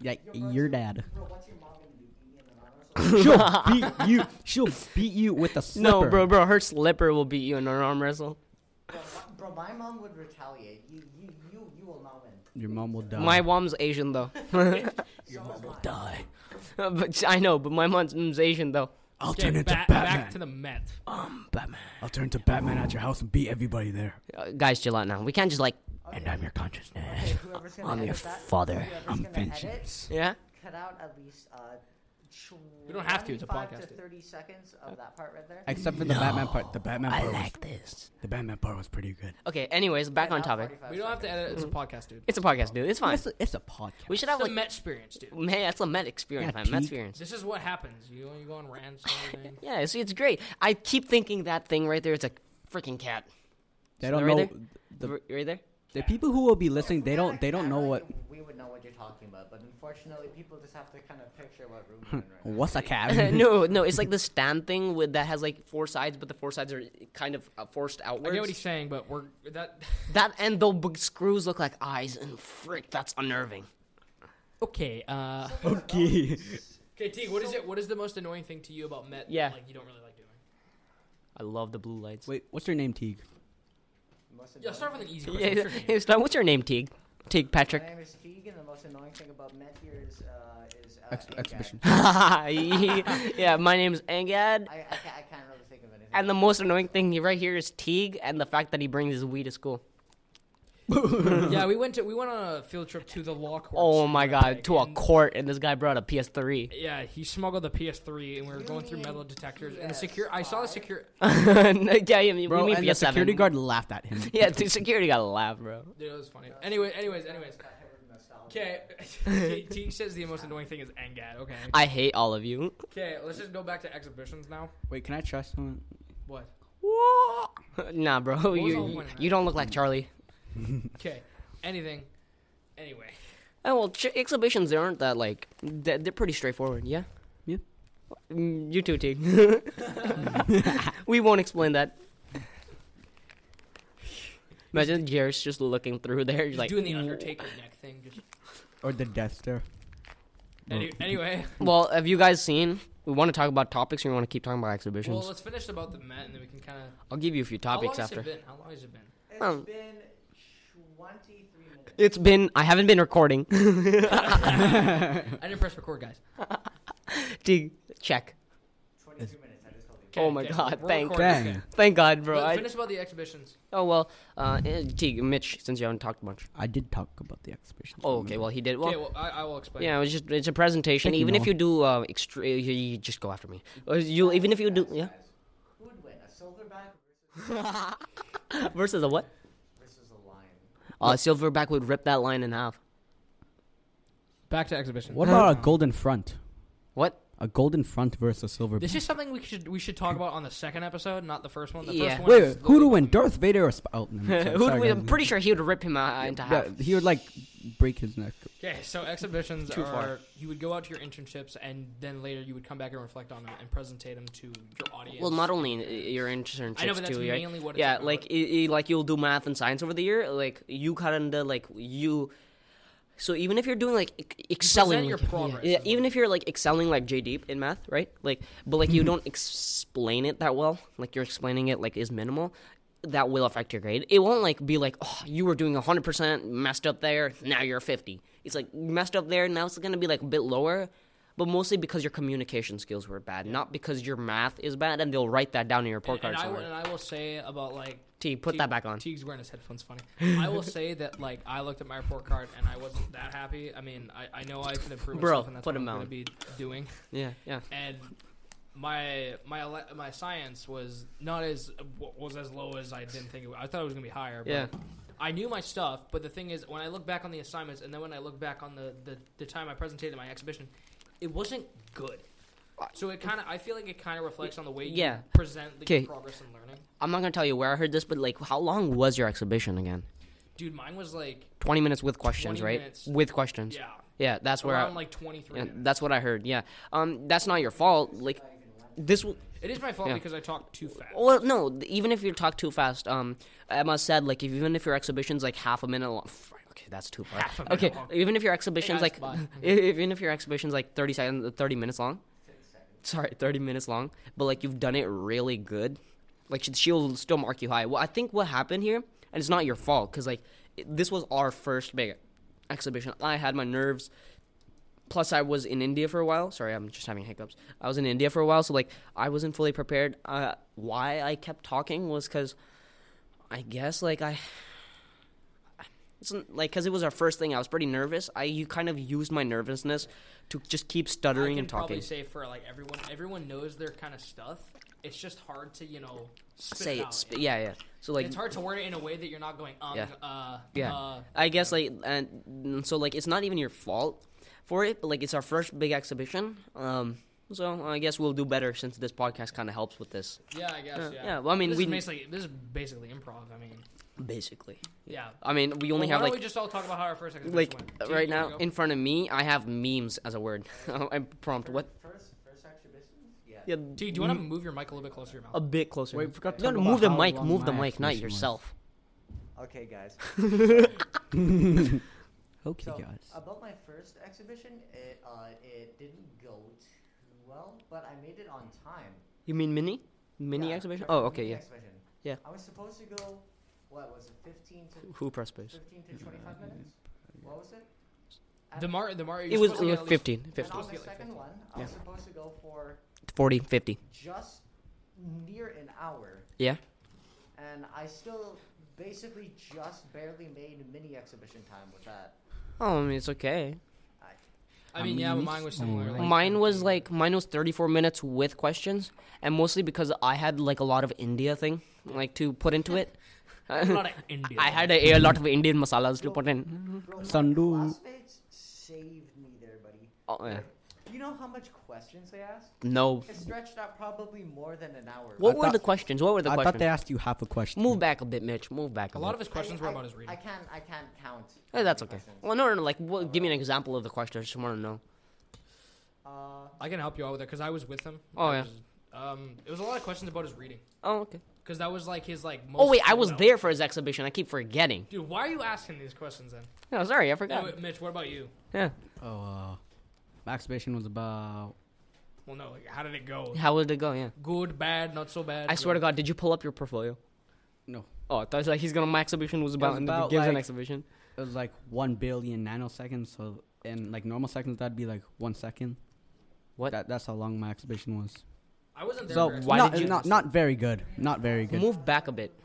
D: Yeah, your *laughs* dad.
C: Bro, what's your mom gonna do? Beat me in an arm wrestle?
D: She'll beat you. She'll beat you with a slipper.
A: No, bro, bro, her slipper will beat you in an arm wrestle.
C: Bro, my- Bro, my mom would retaliate. You, you, you, you will not win.
D: Your mom will die.
A: My mom's Asian though. *laughs*
C: Your mom will
D: die.
A: but I know, but my mom's Asian though.
D: I'll
B: Okay,
D: turn into
B: ba-
D: Batman.
B: back to the Met.
D: I'm Batman. I'll turn into Batman at your house and beat everybody there.
A: Uh, guys, chill out now. We can't just like,
D: And I'm your consciousness.
C: Okay, whoever's gonna
D: I'm your
C: edit that,
D: father.
C: whoever's
D: I'm
C: gonna edit,
D: vengeance.
A: yeah.
C: cut out at least uh,
B: We don't have to, it's a
C: 25
B: podcast,
C: To
B: dude.
C: thirty seconds of that part right there.
D: Except for the Batman part. The Batman part. was,
A: this.
D: the Batman part was pretty good.
A: Okay. Anyways, back on
C: About
A: topic.
C: 45
B: We don't have to edit. it, It's a
A: Mm-hmm.
B: podcast, dude.
A: It's a podcast, dude. It's fine.
D: It's a, it's a podcast.
A: We should
B: It's
A: have
B: the
A: like,
B: Met experience, dude.
A: man, that's a med experience,
D: Yeah,
A: man. Met
D: Pete.
A: experience.
B: This is what happens. You you go on rants
A: *laughs*
B: and everything.
A: Yeah, it's, it's great. I keep thinking that thing right there. It's a freaking cat.
D: they don't
A: right
D: know.
A: The,
D: The,
A: right there.
D: the people who will be
C: seconds.
D: listening,
C: If we
D: they
C: had
D: don't.
C: a
D: They don't know
C: camera,
D: what.
C: you- We would know what you're talking about, but unfortunately, people just have to kind of picture what room you're in right now.
D: What's a cat?
A: *laughs* no, no, it's like the stand thing with that has like four sides, but the four sides are kind of uh, forced
B: I
A: outwards.
B: get what he's saying, but we're that. *laughs*
A: That and the b- screws look like eyes, and frick, that's unnerving.
B: Okay. Uh,
D: *laughs* *laughs* okay.
B: okay, Teague. What is it? What is the most annoying thing to you about Met? that,
A: Yeah.
B: Like you don't really like doing.
A: I love the blue lights.
D: Wait, what's your name, Teague?
C: Most
B: Yeah,
C: annoying-
B: start with an easy question.
A: yeah,
B: What's your name?
A: hey, Stan, what's your name, Teague? Teague
C: My
A: Patrick.
C: name is Teague, and the most annoying thing about Met here is uh, is uh,
D: Ex-
C: Angad.
D: exhibition.
A: *laughs* yeah, my name's Angad,
C: I, I, ca- I can't really think of anything.
A: and the most annoying thing right here is Teague, and the fact that he brings his weed to school.
B: yeah, we went to we went on a field trip to the law court.
A: Oh my god, to a
B: and-
A: court, and this guy brought a PS3.
B: Yeah, he smuggled the PS3, and we were going through metal detectors. And the secure, I saw the secure.
A: *laughs* yeah, yeah, we
D: Bro,
A: mean
D: and the
A: PS7.
D: security guard laughed at him.
A: *laughs* Yeah, dude, security gotta laugh, bro.
B: Dude, that was funny. Anyway, anyways, anyways. Okay, *laughs* T- T says the most annoying thing is Engad. Okay.
A: I hate all of you.
B: Okay, let's just go back to exhibitions now.
D: Wait, can I try someone?
B: What?
A: *laughs* nah, bro,
B: was the
A: you
B: whole
A: you,
B: point of that?
A: you don't look like Charlie.
B: Okay, anything. Anyway,
A: Oh well, ch- exhibitions they aren't that like they're, they're pretty straightforward. Yeah.
D: Yeah.
A: Mm, You too, Teague. *laughs* we won't explain that. Imagine Jairus just looking through there,
B: just
A: like
B: doing the Undertaker neck thing.
A: *laughs*
B: Just
D: Or the death stare?
B: any, anyway.
A: Well, have you guys seen? We want to talk about topics, or you want to keep talking about
B: Well,
A: exhibitions?
B: let's finish about the Met, and then we can kind of.
A: I'll give you a few
B: How long
A: topics
B: has it
A: after.
B: been? How long has
A: *laughs*
B: it been?
C: It's
A: Um,
C: been 23 minutes.
A: It's been. I haven't been
B: *laughs*
A: recording.
B: I didn't press record, guys.
A: Teague, check.
C: 23 minutes, I just told you.
A: Oh my God,
B: we're
A: thank-
B: recording,
D: Dang.
B: okay.
A: Thank God, bro.
B: Let-
A: I,
B: finish about the exhibitions.
A: oh well, uh, eh, Teague, Mitch, since you haven't talked much.
D: I did talk about the exhibition.
A: Oh, okay. Well, he did. Well,
B: okay, well, I, I will explain.
A: Yeah, it's just it's a presentation.
D: Thank you,
A: even if
D: Noah.
A: you do uh, extra, you, you just go after me. Or you even if you do,
C: *laughs*
A: yeah.
C: Guys, Who would win, a silverback versus,
A: Versus a what?
C: versus a lion?
A: Uh, Silverback would rip that line in half.
B: Back to exhibitions.
C: *laughs*
D: What about a golden front?
A: What?
D: A golden front versus a silver.
B: *laughs* This is something we should we should talk about on the second episode, not the first one. The
A: Yeah.
B: first one
D: wait,
B: is
D: wait, who
B: the-
D: do win? Darth Vader or Sp- oh,
A: *laughs*
D: no,
A: *laughs*
D: sorry,
A: Who,
D: sorry,
A: I'm
D: guys.
A: pretty sure he would rip him uh, into half.
D: Yeah, he would like break
A: *laughs*
D: his neck.
B: Okay, so exhibitions
A: Too
B: are
A: far.
B: you would go out to your internships and then later you would come back and reflect on them and presentate them to your audience.
A: Well, not only in- i- your internships
B: I know, but that's
A: too, right?
B: mainly what it's
A: yeah,
B: about.
A: like i i like you'll do math and science over the year. Like you kind of like you. So even if you're doing like ex- excelling,
B: your
A: like- yeah,
B: progress
A: yeah,
B: is what
A: even
B: it Mm-hmm.
A: if you're like excelling like J Deep in math, right? Like, but like you don't explain it that well. Like you're explaining it like is minimal. that will affect your grade. It won't like be like, oh, you were doing 100% messed up there, now you're 50. It's like you messed up there, now it's going to be like a bit lower, but mostly because your communication skills were bad, not because your math is bad and they'll write that down in your report card
B: and I, will,
A: somewhere.
B: and I will say about like
A: T, put that back on.
B: Teague's wearing his headphones. Funny. I will say that like I looked at my report card and I wasn't that happy. I mean, I, I know I can improve
A: Bro,
B: myself, and that's
A: put
B: what I'm
A: him
B: going to
A: on.
B: be doing.
A: yeah, yeah.
B: And my my ele- my science was not as wa- was as low as I didn't think it was. I thought it was going to be higher. But
A: Yeah.
B: I knew my stuff, but the thing is, when I look back on the assignments and then when I look back on the the, the time I presented at my exhibition, it wasn't good. So it kind of, I feel like it kind of reflects on the way you
A: Yeah.
B: present the
A: 'Kay.
B: progress in learning.
A: I'm not going to tell you where I heard this, but like, how long was your exhibition again?
B: Dude, mine was like
A: 20 minutes with questions,
B: 20
A: right?
B: minutes.
A: With questions.
B: Yeah.
A: Yeah, that's where I,
B: around like 23.
A: yeah,
B: minutes.
A: that's what I heard. Yeah. Um that's not your fault. Like this w-
B: It is my fault
A: Yeah.
B: because I talk too fast.
A: well no, th- even if you talk too fast, um Emma said like if, even if your exhibition's like half a minute long. f- Okay, that's too far.
B: Half a minute
A: okay,
B: long.
A: even if your exhibition's
B: guys,
A: like
B: bye.
A: even *laughs* if your exhibition's like 30 seconds 30 minutes long. Sorry, 30 minutes long, but like you've done it really good. Like she- she'll still mark you high. Well, I think what happened here, and it's not your fault cuz like it, this was our first big exhibition. I had my nerves plus i was in india for a while sorry i'm just having hiccups i was in india for a while so like i wasn't fully prepared uh, why i kept talking was because i guess like i it's n- like because it was our first thing i was pretty nervous i you kind of used my nervousness to just keep
B: I
A: stuttering
B: can
A: and
B: probably
A: talking
B: say for like everyone, everyone knows their kind of stuff. It's just hard to you know spit
A: say
B: out.
A: it sp- yeah yeah so like
B: it's hard to word it in a way that you're not going um
A: Yeah.
B: uh
A: Yeah.
B: uh,
A: I guess like and and so like it's not even your fault for it, but like it's our first big exhibition. Um so I guess we'll do better since this podcast kind of helps with this.
B: yeah I guess
A: Yeah,
B: yeah.
A: Uh, yeah, well, I mean,
B: this
A: we-
B: is basically this is basically improv. I mean
A: Basically.
B: yeah.
A: I mean, we only
B: Well, why
A: have
B: don't
A: like
B: we just all talk about how our first exhibition
A: like
B: went.
A: uh,
B: Dude,
A: right
B: there
A: now
B: you go.
A: in front of me, I have memes as a word. *laughs* I prompt Um, what?
C: First, first exhibitions? Yeah.
A: Yeah,
B: Dude, do you want to move your mic a little bit closer to your
A: a
B: mouth?
A: bit closer.
D: Wait, we forgot to
A: no,
D: talk
A: no,
D: about
A: move the
D: how
A: mic.
D: long
A: Move the
D: my
A: mic, not
D: exhibition was.
A: yourself.
C: Okay,
A: *laughs*
C: guys.
D: Okay,
C: So
A: uh,
D: guys.
C: about my first exhibition, it uh, it didn't go too well, but I made it on time.
A: You mean mini? Mini
C: Yeah,
A: exhibition?
C: my
A: Oh,
C: first
A: okay,
C: mini
A: yeah.
C: Exhibition.
A: Yeah.
C: I was supposed to go. What was it? Fifteen to
A: Who press space?
C: fifteen to twenty-five minutes. What was it? And-
B: The Mar the Mario.
A: Uh, It was like 15,
C: And
A: 50,
C: on
B: supposed to
C: the
B: get, like,
C: second
B: 15.
C: one, I was supposed to go for
A: 40, 50.
C: just near an hour,
A: Yeah.
C: and I still basically just barely made mini exhibition time with that.
A: Oh, I mean, it's okay.
C: I,
B: I mean yeah, but mine was similar. like-
A: Mine was
B: *laughs*
A: like mine was 34 minutes with questions, and mostly because I had like a lot of India thing like to put into it. *laughs*
B: A lot of India.
A: I had a, a lot of Indian masalas to put in.
C: Bro, my
D: Sandu.
C: classmates saved me there, buddy.
A: Oh, yeah.
C: You know how much questions they asked?
A: No.
C: It stretched out probably more than an hour.
A: What
D: I
A: were
D: thought-
A: the questions? What were the
D: I
A: questions?
D: thought they asked you half a question.
A: Move back a bit, Mitch. Move back a,
B: a lot of
A: bit.
B: his questions were
C: I-
B: about his reading.
C: I can't. I can't count.
A: Hey, that's
C: how
A: okay.
C: many questions.
A: Well, no, no, no, like, what, give me an example of the question. I just want to know.
C: Uh,
B: I can help you out with it because I was with him.
A: Oh,
B: I
A: yeah.
B: was- um, it was a lot of questions about his reading
A: Oh, okay.
B: because that was like his like. Most
A: Oh wait, I was
B: filled out.
A: there for his exhibition. I keep forgetting.
B: Dude, why are you asking these questions then?
A: Oh, sorry, I
B: Yeah.
A: forgot.
B: Mitch, what about you?
A: Yeah.
D: Oh, uh, my exhibition was about.
B: Well, no. Like, how did it go?
A: How would it go? Yeah.
B: Good, bad, not so bad.
A: I swear to God, did you pull up your portfolio?
D: No.
A: Oh, I thought it was like he's gonna my exhibition was about,
D: was
A: and then he
D: about,
A: gives an
D: like-
A: exhibition.
D: It was like 1 billion nanoseconds. So, in like normal seconds, that'd be like one second.
A: What?
D: That, that's how long my exhibition was.
B: I wasn't there.
D: So,
B: for
A: why
D: not,
A: did you-
D: not, not very good. Not very good.
A: Move back a bit.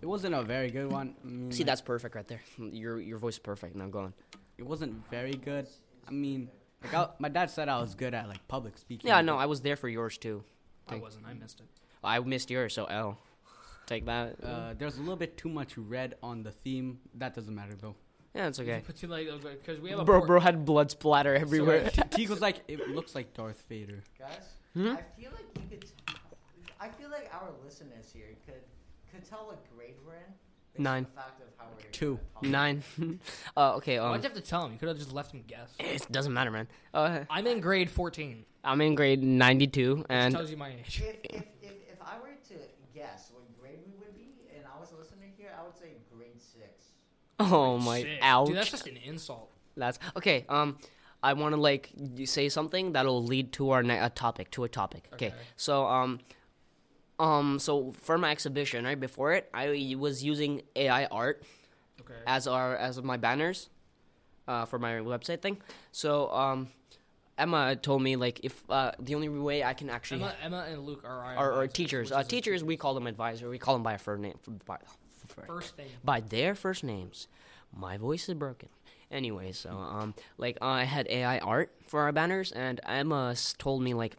D: It wasn't a very good one. I mean,
A: See,
D: like,
A: that's perfect right there. Your your voice is perfect. Now go on.
D: It wasn't very good. I mean, like I, my dad said I was good at like public speaking.
A: Yeah, no, I was there for yours too.
B: I wasn't. I missed it.
A: I missed yours, so L. Take that.
D: Uh, there's a little bit too much red on the theme. That doesn't matter though.
A: yeah, it's okay.
B: *laughs* But you like because we have a
A: Bro,
B: port-
A: bro had blood splatter everywhere.
D: Teague was like, it looks like Darth Vader.
C: guys,
A: Hmm?
C: I feel like you could. I feel like our listeners here could could tell what grade we're in. based on
A: Nine.
C: The fact of how we're
D: Two.
C: talking.
A: Nine. *laughs* uh, okay.
B: Why'd
A: Um,
B: you have to tell him? You could have just left him guess.
A: it doesn't matter, man. Uh,
B: I'm in grade 14.
A: I'm in grade 92,
B: Which
A: and
B: tells you my age. *laughs*
C: If, if, if, if I were to guess what grade we would be, and I was a listener here, I would say grade six.
A: *laughs* oh my,
B: Sick.
A: ouch.
B: Dude, that's
A: that's,
B: just an insult.
A: okay. Um, I want to like y- say something that'll lead to our ne- a topic, to a topic. Okay.
B: Okay.
A: So um, um, so for my exhibition, right before it, I was using AI art
B: Okay.
A: as our as my banners uh, for my website thing. So um, Emma told me like if uh, the only way I can actually
B: Emma, Emma and Luke are
A: are,
B: our,
A: are
B: advisors,
A: teachers.
B: which
A: Uh,
B: is a
A: teachers, we call them advisor. We call them by a first name. By,
B: First name.
A: by their first names. My voice is broken. Anyway, so um, like I had AI art for our banners, and Emma s- told me like,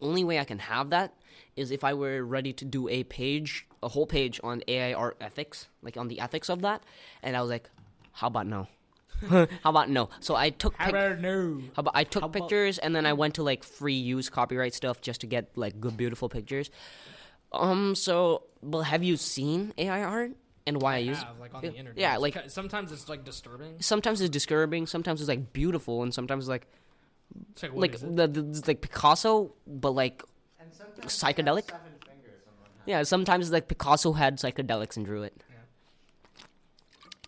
A: only way I can have that is if I were ready to do a page, a whole page on AI art ethics, like on the ethics of that. And I was like, how about no? *laughs* how about no? So I took. pic-
B: no?
A: how about I took
D: about-
A: pictures and then I went to like free use copyright stuff just to get like good beautiful pictures. Um. So, well, have you seen AI art and why I, use it?
B: Have, like on the internet.
A: Yeah,
B: It's
A: like
B: ki- sometimes it's like disturbing.
A: sometimes it's disturbing, sometimes it's like beautiful, and sometimes like
B: It's like, what
A: like
B: is it?
A: the, the it's like Picasso, but like
C: And sometimes they have
A: Psychedelic?
C: seven fingers on one hand.
A: yeah, sometimes like Picasso had psychedelics and drew it.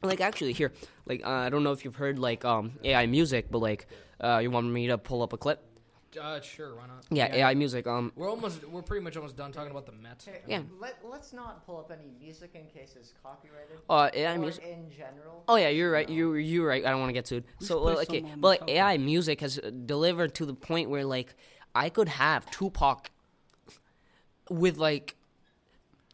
A: Like actually, here, like uh, I don't know if you've heard like um AI music, but like uh, you want me to pull up a clip?
B: Uh, sure, why not?
A: Yeah, AI music. Um,
B: We're almost. We're pretty much almost done talking about the Met.
C: Okay,
A: Yeah.
C: Let, let's not pull up any music in case it's copyrighted.
A: uh, AI
C: or
A: music.
C: in general.
A: Oh yeah, you're right. You you're right. I don't want to get sued. so
D: play
A: well, okay,
D: some, um,
A: but like,
D: Metallica.
A: AI music has uh, delivered to the point where like I could have Tupac with like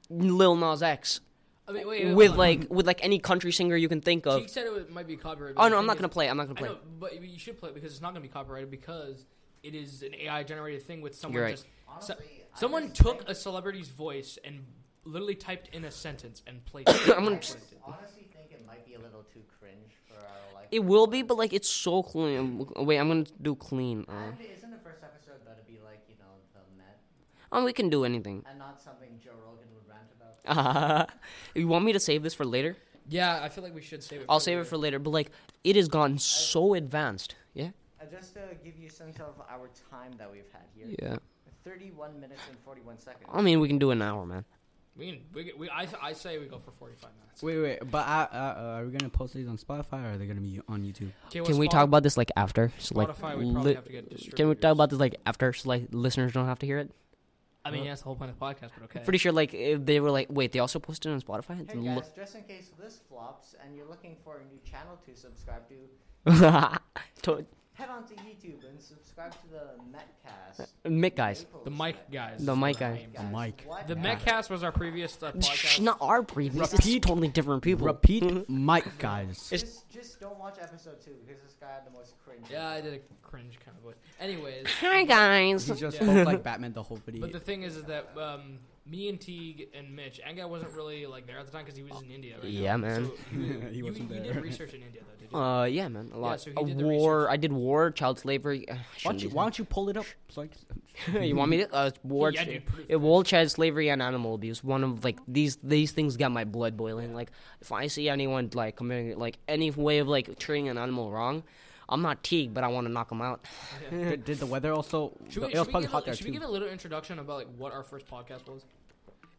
A: Lil Nas X
B: I mean, wait, wait,
A: with
B: hold on.
A: like with like any country singer you can think
B: She
A: of.
B: said it was- might be copyrighted. but
A: Oh
B: the
A: no, I'm
B: thing
A: not
B: is-
A: gonna play. I'm not gonna
B: I
A: play.
B: know, but you should play it because it's not going to be copyrighted because it is an AI generated thing with someone
A: You're right.
B: just. so-
C: Honestly, I
B: someone
C: just
B: took
C: think-
B: a celebrity's voice and literally typed in a sentence
A: *coughs*
B: and played it.
A: I'm gonna
C: I
A: just-
C: just honestly think it might be a little too cringe for our like.
A: It will be, but like it's so clean. Wait, I'm gonna do clean. Uh,
B: Uh-huh.
C: And isn't the first episode gonna be like you know the Met
A: oh, we can do anything. *laughs*
C: and not something Joe Rogan would rant about?
A: you want me to save this for later?
B: Yeah, I feel like we should save it.
A: I'll save it for later. But like, it has gone so advanced. Yeah.
C: Uh, just to give you a sense of our time that we've had here.
A: Yeah.
C: 31 minutes and 41 seconds.
A: I mean, we can do an hour, man.
B: We can. We, can- we, I, I say we go for forty five minutes.
D: Wait, wait, but I, uh, uh, are we gonna post these on Spotify or are they gonna be on YouTube?
B: Okay, well,
A: Can we
B: Spotify-
A: talk about this like after? So, like,
B: Spotify would probably
A: li-
B: have to get
A: can we
B: distributors.
A: talk about this like after, so like listeners don't have to hear it?
B: I mean, yes, the whole point of the podcast, but okay.
A: Pretty sure like if they were like, wait, they also posted on Spotify.
C: Hey
A: Lo-
C: guys, just in case this flops and you're looking for a new channel to subscribe to,
A: *laughs* to-
C: head on to YouTube and subscribe to the Metcast.
A: Mick guys,
C: Maple
B: Uh, the
C: Smack.
B: mic guys.
A: The
B: is
A: mic
B: what I
A: guy.
B: am.
C: Guys,
D: Mike.
C: what
B: The
C: the
B: Metcast was our previous uh,
A: Shh, *laughs*
B: podcast.
A: not our previous. It's
D: Repeat.
A: totally different people. Mm-hmm.
D: Repeat,
B: Mm-hmm.
D: Mike, guys.
C: just, just don't watch episode two because this guy had the most cringe.
B: Yeah, I did a cringe kind of voice. Anyways,
A: Hi guys.
D: He just
B: Yeah. *laughs*
D: spoke like Batman the whole video. *laughs*
B: but the thing is, is that um, me and Teague and Mitch, Anga wasn't really like there at the time because he was in India. Right
A: Yeah,
B: now.
A: man.
B: So he, was-
D: He
B: you-
D: wasn't
B: you
D: there.
B: did research in India, though, did you?
A: Uh, yeah, man, a lot.
B: so he
A: a
B: did the
A: war.
B: research.
A: I did war, child slavery. *sighs* Ugh,
D: *laughs* why don't
A: shouldn't
D: you,
A: use
D: why don't you pull it up? Like,
A: that. *laughs* you want me to? Uh, it's war,
B: Yeah,
A: chi-
B: dude, proof,
A: it- war, child slavery, and animal abuse. One of like these these things got my blood boiling. Like if I see anyone like committing like any way of like treating an animal wrong, I'm not Teague, but I want to knock them out.
D: did, did the weather also?
B: Should,
D: the-
B: we,
D: it
B: should,
D: was
B: we
D: probably
B: give,
D: hot
B: a,
D: there
B: should we
D: too.
B: give a little introduction about like what our first podcast was?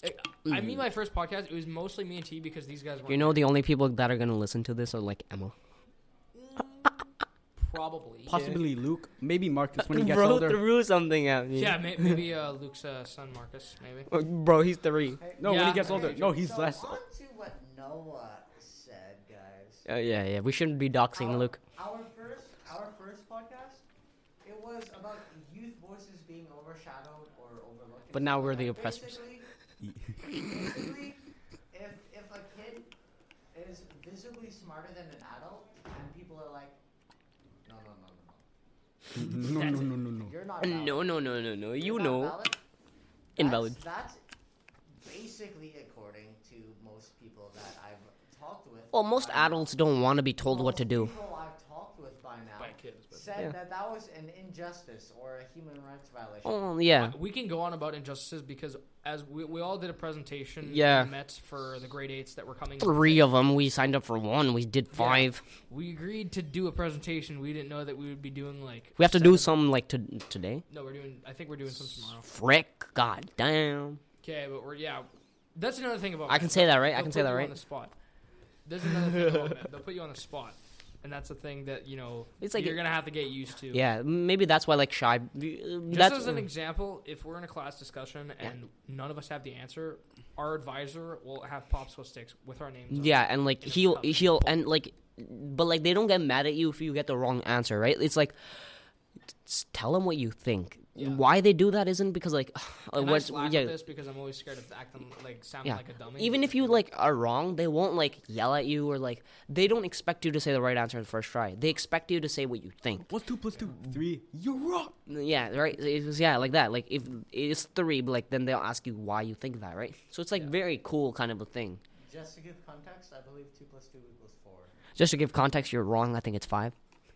B: I- I mean, my first podcast. It was mostly me and T because these guys were
A: You know, the only people that are gonna listen to this are like Emma.
B: probably
D: Possibly Luke, maybe
B: *laughs*
D: Marcus when he
A: *laughs*
D: gets
A: Bro
D: older.
A: threw something at me.
B: Yeah, may, maybe uh, Luke's uh, son Marcus. Maybe
A: Uh, Bro, he's three.
C: Hey,
D: No, when
B: Yeah.
D: he gets older. No, he's
C: so
D: less.
C: On to what Noah said, guys.
A: Uh, yeah, yeah. We shouldn't be doxing
C: Our-
A: Luke.
C: Our first, our first podcast, it was about youth voices being overshadowed or overlooked.
A: But now we're the
C: Like,
A: oppressors.
C: basically- Basically, if if a kid is visibly smarter than an adult, and people are like, no, no, no, no,
D: *laughs* No, no, no, no, no.
C: no, you're not. Valid.
A: No, no, no, no, no. You
C: You're not
A: know,
C: valid."
A: invalid.
C: That's, that's basically according to most people that I've talked with.
A: Well, most
C: by now.
A: adults don't want to be told what to
C: Most
A: do.
C: People I've talked with by now
B: by kids. But.
C: said
A: Yeah.
C: that that was an injustice or a human rights violation.
A: Oh, yeah.
B: We can go on about injustices because as we, we all did a presentation,
A: Yeah.
B: at Mets for the grade eights that were coming.
A: Three of them. We signed up for one. We did five.
B: We agreed to do a presentation. We didn't know that we would be doing like.
A: We have to do
B: seven- Oh.
A: some like to today.
B: No, we're doing. I think we're doing some tomorrow.
A: Frick, goddamn.
B: Okay, but we're yeah. That's another thing about.
A: I can say that, right? I
B: They'll
A: can say
B: put
A: that,
B: you
A: right?
B: On the spot. There's another thing about Met. They'll put you on the spot. and that's a thing that you know
A: It's like
B: you're
A: it-
B: gonna have to get used to.
A: Yeah, maybe that's why like shy.
B: Just
A: that's
B: as an example, if we're in a class discussion and none of us have the answer, our advisor will have popsicle sticks with our names. on
A: yeah,
B: it.
A: and like
B: in a
A: he'll
B: cup.
A: he'll and like, but like they don't get mad at you if you get the wrong answer, right? It's like, s- tell them what you think.
B: Yeah.
A: Why they do that isn't because like, *sighs*
B: And I
A: what's-
B: slack
A: yeah,
B: with this because I'm always scared of acting like sounding
A: yeah.
B: like a dummy.
A: Even if you like are wrong, they won't like yell at you or like they don't expect you to say the right answer the first try. They expect you to say what you think.
D: What's two plus two? Three. You're wrong.
A: Yeah, right. It was, yeah, like that. Like if it's three, but like then they'll ask you why you think that, right? So it's like very cool kind of a thing.
C: Just to give context, I believe two plus two equals four.
A: Just to give context, you're wrong. I think it's five.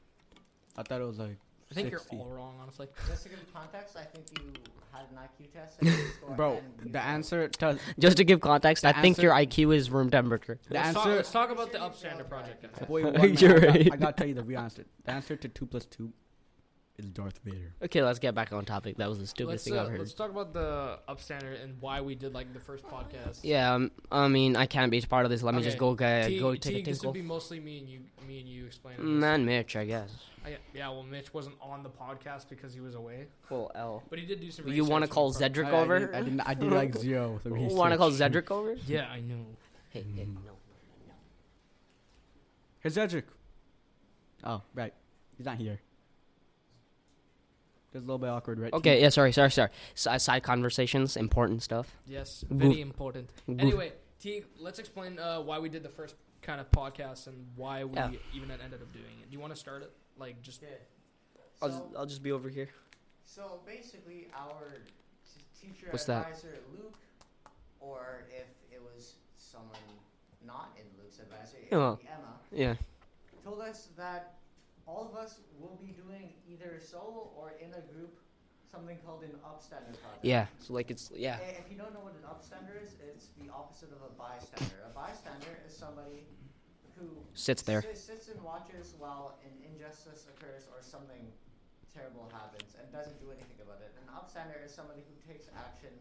A: *laughs*
D: I thought it was like.
B: I think
D: 60.
B: you're all wrong, honestly.
C: Just to give context, I think you had an IQ test. And you
A: *laughs*
C: scored
D: Bro,
C: and you
D: the
C: failed.
D: answer. Tell,
A: Just to give context, I think
D: answer-
A: your IQ is room temperature.
D: the
B: let's, talk,
D: answer. *laughs*
B: let's talk about the Upstander project. guys.
D: Wait, one minute,
A: You're
D: I, got,
A: right.
D: I gotta tell you the real answer. The answer to two plus two is Darth Vader.
A: Okay, let's get back on topic. That was the stupidest
B: Let's,
A: thing I've
B: uh,
A: heard.
B: let's talk about the Upstander and why we did like the first podcast.
A: Yeah, um, I mean, I can't be part of this. Let me just
B: Okay.
A: go get,
B: T-
A: go take
B: T,
A: a
B: This
A: tinkle.
B: would be mostly me and you, me and you explaining. this.
A: Man, Mitch, I guess.
B: I, yeah, well, Mitch wasn't on the podcast because he was away,
A: Well, L.
B: but he did do some.
A: You want to
B: research
A: call
B: on the
A: Zedric
D: I- I
A: over?
D: did- I, did, I did like zero. with
A: *laughs*
D: the
A: want to call
D: research.
A: Zedric over?
B: project. Yeah, I know.
A: Hey, hey, no.
D: Hey, Cedric. Oh, right. He's not here. Just a little bit awkward, right?
A: Okay, yeah, sorry, sorry, sorry. S- side conversations, important stuff.
B: Yes,
A: Goof.
B: very important.
A: Goof.
B: Anyway, Teague, let's explain uh, why we did the first kind of podcast and why we
A: Yeah.
B: even ended up doing it. Do you want to start it? Like, just
C: Yeah.
A: I'll,
C: So-
A: just, I'll just be over here.
C: So basically, our t- teacher
A: What's that?
C: advisor Luke, or if it was someone not in Luke's advisor, it would be Emma,
A: Yeah.
C: told us that all of us will be doing either solo or in a group something called an upstander project.
A: Yeah. So, like, it's, yeah.
C: I- If you don't know what an upstander is, it's the opposite of a bystander. A bystander is somebody who
A: Sits there.
C: si- sits and watches while an injustice occurs or something terrible happens and doesn't do anything about it. An upstander is somebody who takes action,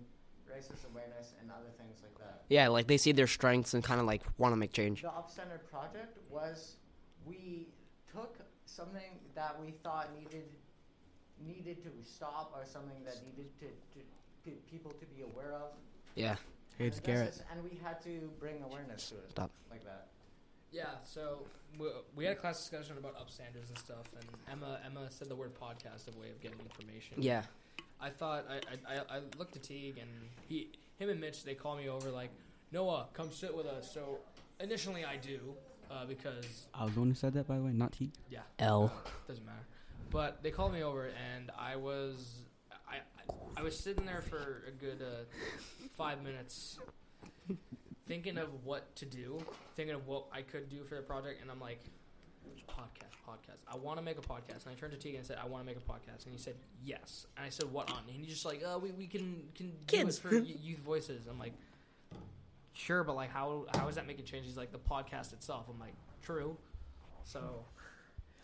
C: raises awareness, and other things like that.
A: Yeah, like, they see their strengths and kind of, like, want to make change.
C: The upstander project was we took something that we thought needed needed to stop or something that needed to, to, to people to be aware of
A: Yeah.
D: Hey, it's
C: and this
D: Garrett.
C: is- And we had to bring awareness to it.
A: Stop.
C: Like that.
B: yeah. So we, we had a class discussion about upstanders and stuff, and Emma Emma said the word podcast as a way of getting information.
A: Yeah.
B: I thought I, I, I- I looked at Teague and he him and Mitch they call me over like Noah come sit with us. So initially I do uh, because
D: I was the one who said that, by the way, not
A: *laughs*
D: he.
B: yeah
A: L.
B: doesn't matter. But they called me over and I was I I, I was sitting there for a good uh, five minutes thinking of what to do, thinking of what I could do for the project, and I'm like. Podcast, podcast. I want to make a podcast, and I turned to Teague and said, "I want to make a podcast," and he said, "Yes." And I said, "What on?" And he's just like, "Oh, we, we can can
A: Kids.
B: do it for y- youth voices." I'm like, "Sure, but like, how how is that making change?" He's like, "The podcast itself." I'm like, "True." So,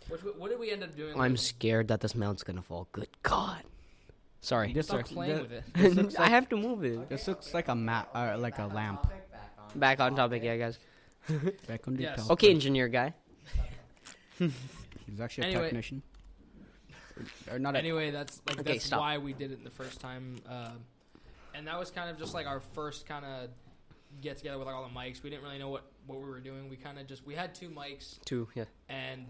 B: which, what did we end up doing?
A: I'm scared that this mount's going to fall. Good God. Sorry.
D: This
B: Stop
D: looks,
B: playing
D: this,
B: with it.
D: this looks
A: I
D: like,
A: have to move it.
D: this looks like a map, or like a
C: Back on
D: lamp.
C: topic, back on
A: Back on topic, yeah, guys.
D: Back on the
B: Yes.
D: top.
A: Okay, engineer guy.
D: He's actually a
B: Anyway.
D: technician. or not a,
B: Anyway, that's like
A: Okay,
B: that's
A: stop.
B: why we did it the first time, uh, and that was kind of just like our first kind of get together with like all the mics. We didn't really know what what we were doing. We kind of just we had two mics
A: Two, yeah.
B: and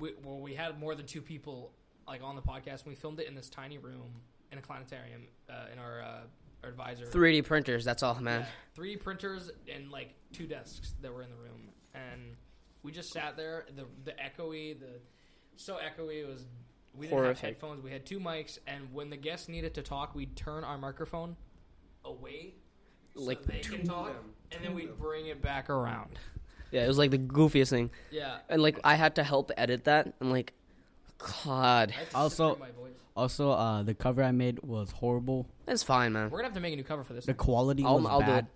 B: we, well, we had more than two people like on the podcast. And we filmed it in this tiny room in a planetarium uh, in our, uh, our advisor
A: 3D printers, that's all,
B: Yeah,
A: man.
B: three printers and like two desks that were in the room, and we just sat there. The the echoey, the so echoey it was. We didn't have
A: Horrific.
B: headphones. We had two mics, and when the guests needed to talk, we'd turn our microphone away,
A: Like,
B: so they can talk, and then we'd bring it back around.
A: Yeah, it was like the goofiest thing.
B: Yeah.
A: And like I had to help edit that and like God.
B: I had to sit
D: Also-
B: through my voice.
D: Also, uh, the cover I made was horrible.
A: It's fine, man.
B: we're gonna have to make a new cover for this.
D: The quality
A: I'll-
D: was
A: I'll do it.
D: bad.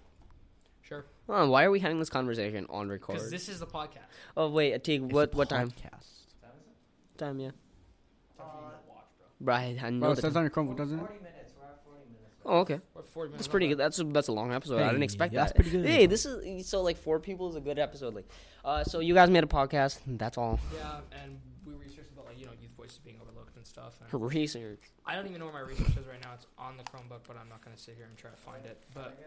B: Sure,
A: Oh, why are we having this conversation on record?
B: because this is the podcast.
A: oh wait, Atig,
D: It's
A: what
D: a
A: what time?
D: podcast.
A: Time, yeah.
C: Uh,
B: It's hard for you to watch, bro.
A: Right, I
D: Bro,
A: know
D: it
A: the
D: says
A: time.
D: on your Chromebook, doesn't it?
C: minutes. We're at 40 minutes.
A: Oh, okay.
B: What, 40 minutes
A: That's pretty
B: on
A: good. That's that's a long episode. I didn't
D: Hey,
A: expect
D: that's
A: that.
D: pretty good.
A: Hey, this is so like four people is a good episode. Like, uh, so you guys made a podcast. That's all. *laughs*
B: that. Yeah, and we researched about like you know youth voices being overlooked and stuff. And
A: Research.
B: I don't even know where my research is right now. It's on the Chromebook, but I'm not gonna sit here and try to find it. But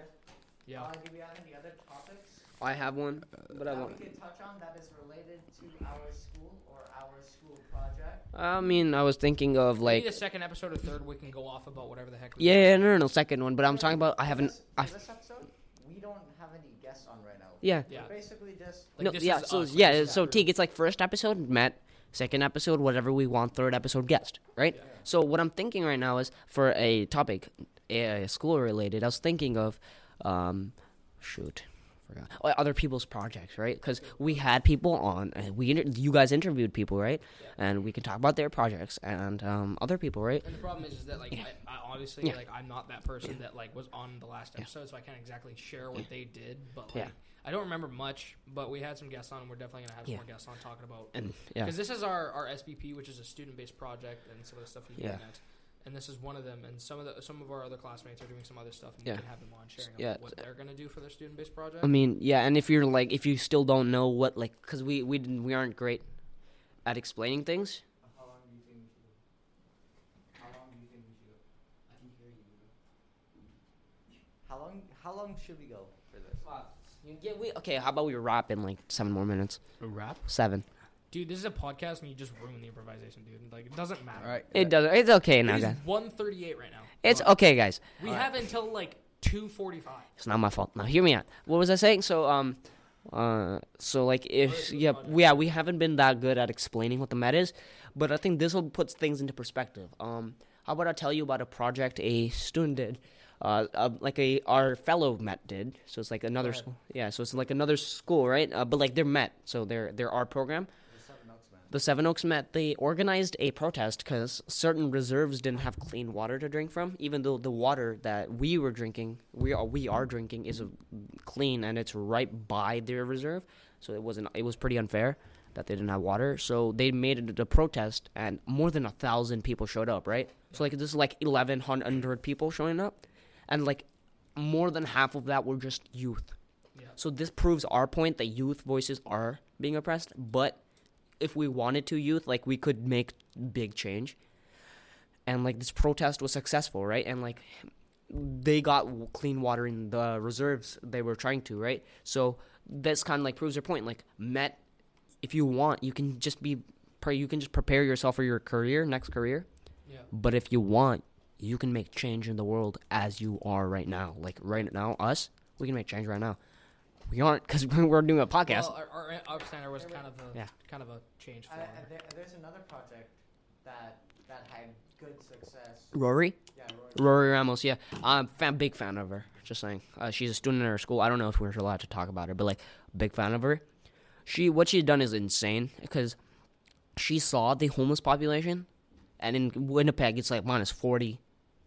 B: yeah,
C: Uh, do we have any other topics
A: I have one, but I
C: that
A: won't.
C: we could touch on that is related to our school or our school project?
A: I mean, I was thinking of
B: maybe
A: like.
B: the second episode or third we can go off about whatever the heck. We
A: Yeah, yeah, no, no, no, second one. But I'm talking about I
C: For
A: haven't.
C: This, for
A: I,
C: this episode, we don't have any guests on right now.
A: yeah.
B: Yeah.
C: We're basically just
B: Like,
A: no,
B: this
A: yeah.
B: is
A: So
B: us,
A: yeah.
B: this is
A: so
B: our
A: Teague, it's like first episode Matt, second episode whatever we want, third episode guest, right? So what I'm thinking right now is for a topic, uh, school related. I was thinking of, um, shoot. forgot. Oh, Other people's projects, right? Because we had people on, and we inter- you guys interviewed people, right? And we can talk about their projects and um, other people, right?
B: And the problem is, is that like I, I obviously
A: Yeah.
B: like I'm not that person that like was on the last episode, so I can't exactly share what they did. But like
A: Yeah.
B: I don't remember much. But we had some guests on, and we're definitely gonna have some
A: Yeah.
B: more guests on talking about
A: And yeah,
B: because this is our our SBP, which is a student based project, and some of the stuff you
A: Yeah.
B: yeah. at. And this is one of them, and some of the some of our other classmates are doing some other stuff, and
A: Yeah.
B: we can have them on sharing
A: Yeah. Um,
B: about what they're gonna do for their student based project.
A: I mean, yeah, and if you're like, if you still don't know what, like, because we we didn't, we aren't great at explaining things.
C: How long do you think we should go? How long do you think we should go? I can hear you. How long? How long should we go for this?
A: Yeah, we okay. How about we wrap in like seven more minutes?
D: A wrap?
A: Seven.
B: dude, this is a podcast, and you just ruin the improvisation, dude. Like it doesn't matter.
D: All right.
A: It does. It's okay
B: It
A: now,
B: is
A: guys.
B: one thirty eight right now.
A: It's okay, guys.
B: We have until like two forty five.
A: It's not my fault. Now, hear me out. What was I saying? So, um, uh, so like, if
B: Alright,
A: yeah,
B: let's
A: we- yeah, we haven't been that good at explaining what the met is, but I think this will puts things into perspective. Um, how about I tell you about a project a student did, uh, uh like a our fellow met did. So it's like another
B: ahead.
A: school. Yeah, so it's like another school, right? Uh, but like they're met, so they're they're our program.
C: The Seven Oaks man.
A: The Seven Oaks Met, they organized a protest because certain reserves didn't have clean water to drink from, even though the water that we were drinking, we are, we are drinking, is uh, clean and it's right by their reserve. So it wasn't. It was pretty unfair that they didn't have water. So they made it a protest, and more than a thousand people showed up. Right. So like this is like eleven hundred people showing up, and like more than half of that were just youth.
B: Yeah.
A: So this proves our point that youth voices are being oppressed, but if we wanted to youth, like we could make big change. And like this protest was successful, right? And like they got w- clean water in the reserves they were trying to, right? So this kind of like proves their point. Like Met, if you want, you can just be, pre- you can just prepare yourself for your career, next career.
B: Yeah.
A: But if you want, you can make change in the world as you are right now. Like right now, us, we can make change right now. We aren't because *laughs* we're doing a podcast.
B: Well, our, our upstander was kind of a
A: Yeah.
B: kind of a change
C: I,
B: for
C: I- there, there's another project that that had good success.
A: Rory,
C: Yeah, Roy.
A: Rory Ramos, yeah, I'm fan, big fan of her. Just saying, uh, she's a student at our school. I don't know if we're allowed to talk about her, but like, big fan of her. She what she's done is insane because she saw the homeless population, and in Winnipeg it's like minus forty.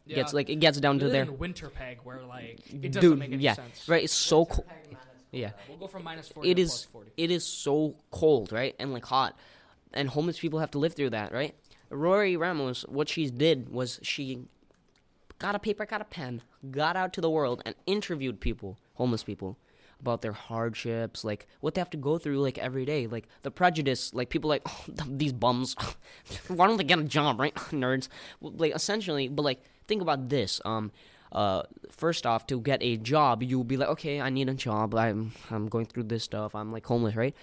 A: Gets like it gets down
B: we
A: to
B: live
A: there,
B: in Winterpeg where like it doesn't
A: dude.
B: make any
A: yeah,
B: sense.
A: right. It's so
C: Winter
A: cold.
C: Peg Manitoba.
A: Yeah.
B: We'll go from minus forty
A: it
B: to
A: is
B: plus forty.
A: it is so cold, right? And like hot. And homeless people have to live through that, right? Rory Ramos, what she did was she got a paper, got a pen, got out to the world and interviewed people, homeless people, about their hardships, like what they have to go through like every day, like the prejudice, like people like oh, *laughs* these bums, why don't they get a job, right? *laughs* Nerds, like essentially, but like think about this. Um, uh, first off, to get a job, you'll be like, okay, I need a job. I'm I'm going through this stuff. I'm like homeless, right?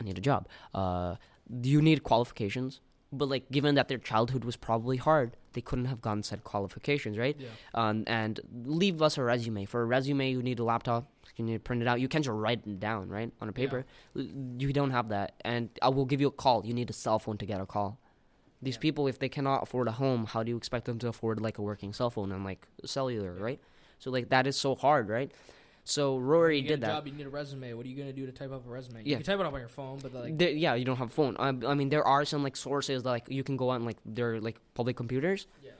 A: I need a job. Uh, you need qualifications, but like given that their childhood was probably hard, they couldn't have gotten said qualifications, right?
B: Yeah.
A: Um, and leave us a resume. For a resume, you need a laptop. You need to print it out. You can't just write it down, right, on a paper. L- You don't have that. And I will give you a call. You need a cell phone to get a call. These people, if they cannot afford a home, how do you expect them to afford like a working cell phone and like cellular, right? So like that is so hard, right? So Rory
B: You get
A: did
B: a
A: that.
B: job, you need a resume. What are you gonna do to type up a resume?
A: Yeah.
B: You can type it up on your phone, but like
A: There- yeah, you don't have a phone. I, I mean, there are some like sources that, like you can go on like their like public computers.
B: yeah.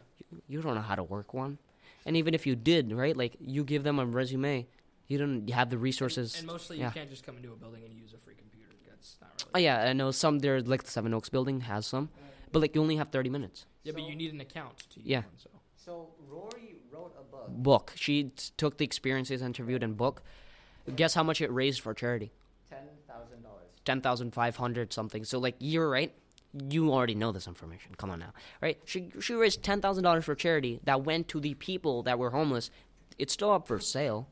A: You don't know how to work one, and even if you did, right? Like you give them a resume, you don't have the resources.
B: And mostly
A: yeah.
B: you can't just come into a building and use a free computer. That's not really.
A: oh yeah, I know some. There, like the Seven Oaks building has some, but like you only have thirty minutes.
B: yeah, but you need an account to use
A: Yeah.
B: one. So
C: So So Rory wrote a book.
A: Book. She t- took the experiences interviewed in book. Guess how much it raised for charity?
C: Ten thousand dollars.
A: ten thousand five hundred something. So like you're right. You already know this information. Come on now, right? She she raised ten thousand dollars for charity that went to the people that were homeless. It's still up for sale.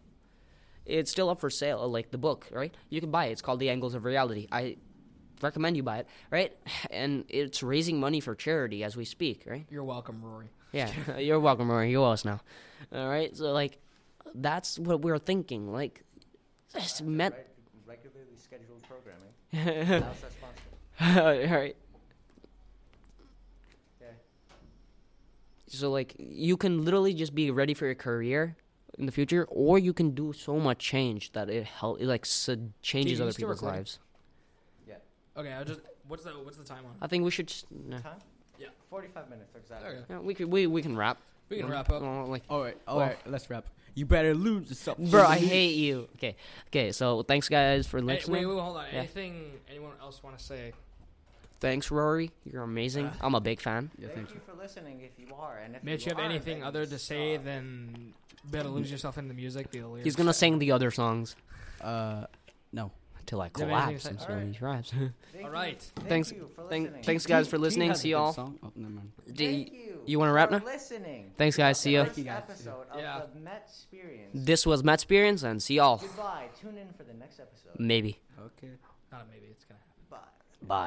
A: It's still up for sale, like the book, right? You can buy it. It's called The Angles of Reality. I recommend you buy it, right? *sighs* And it's raising money for charity as we speak, right?
B: You're welcome, Rory.
A: Yeah, *laughs* you're welcome, Rory. You owe us now. All right, so like, that's what we're thinking. Like, just met.
C: Reg- regularly scheduled
A: *laughs*
C: programming. *laughs* How's that sponsored?
A: All right.
C: Yeah.
A: So like you can literally just be ready for your career in the future, or you can do so much change that it help it like s changes
B: you
A: other
B: still
A: people's
B: recording?
A: lives.
C: Yeah.
B: Okay, I just what's the what's the time on?
A: I think we should. s- No.
C: Time?
B: Yeah.
C: Forty-five minutes exactly.
B: Okay,
A: No, we could we we can wrap.
B: we can
A: No,
B: wrap up.
A: no, like,
D: All right, all right, let's wrap. You better lose yourself,
A: bro, I hate you. Okay, okay. So thanks guys for
B: Hey, wait,
A: listening.
B: wait, hold on.
A: Yeah.
B: Anything anyone else want to say?
A: Thanks Rory, you're amazing.
B: Ah.
A: I'm a big fan.
D: Yeah,
C: Thank
D: thank
C: you for listening. If you are, and if
B: Mitch, you
C: you
B: have
C: aren't,
B: anything
C: then
B: other
C: you
B: to say
C: suck.
B: than better lose yourself in the music? The lyrics.
A: He's gonna sing the other songs
D: you. Uh, no.
A: until I
B: Do you have anything
A: collapse
B: to
A: and
B: say?
A: slowly
C: Alright.
A: *laughs* rise.
B: All
C: Thank you-
B: right.
C: Thank
A: Thanks-
C: you for
A: thank-
C: listening.
A: thanks, guys, for
D: Do you
A: listening.
D: have a
A: See
D: good
A: y'all.
D: song? Oh, never mind.
A: Do you-
C: Thank you.
A: you wanna wrap
C: for
A: now?
C: Listening.
A: Thanks, guys. See ya.
C: First
D: you, guys.
C: episode of
B: Yeah.
C: the Met Experience.
A: This was Matt Spearins, and see y'all
C: Goodbye. Tune in for the next episode.
A: maybe.
D: Okay.
B: Not a maybe.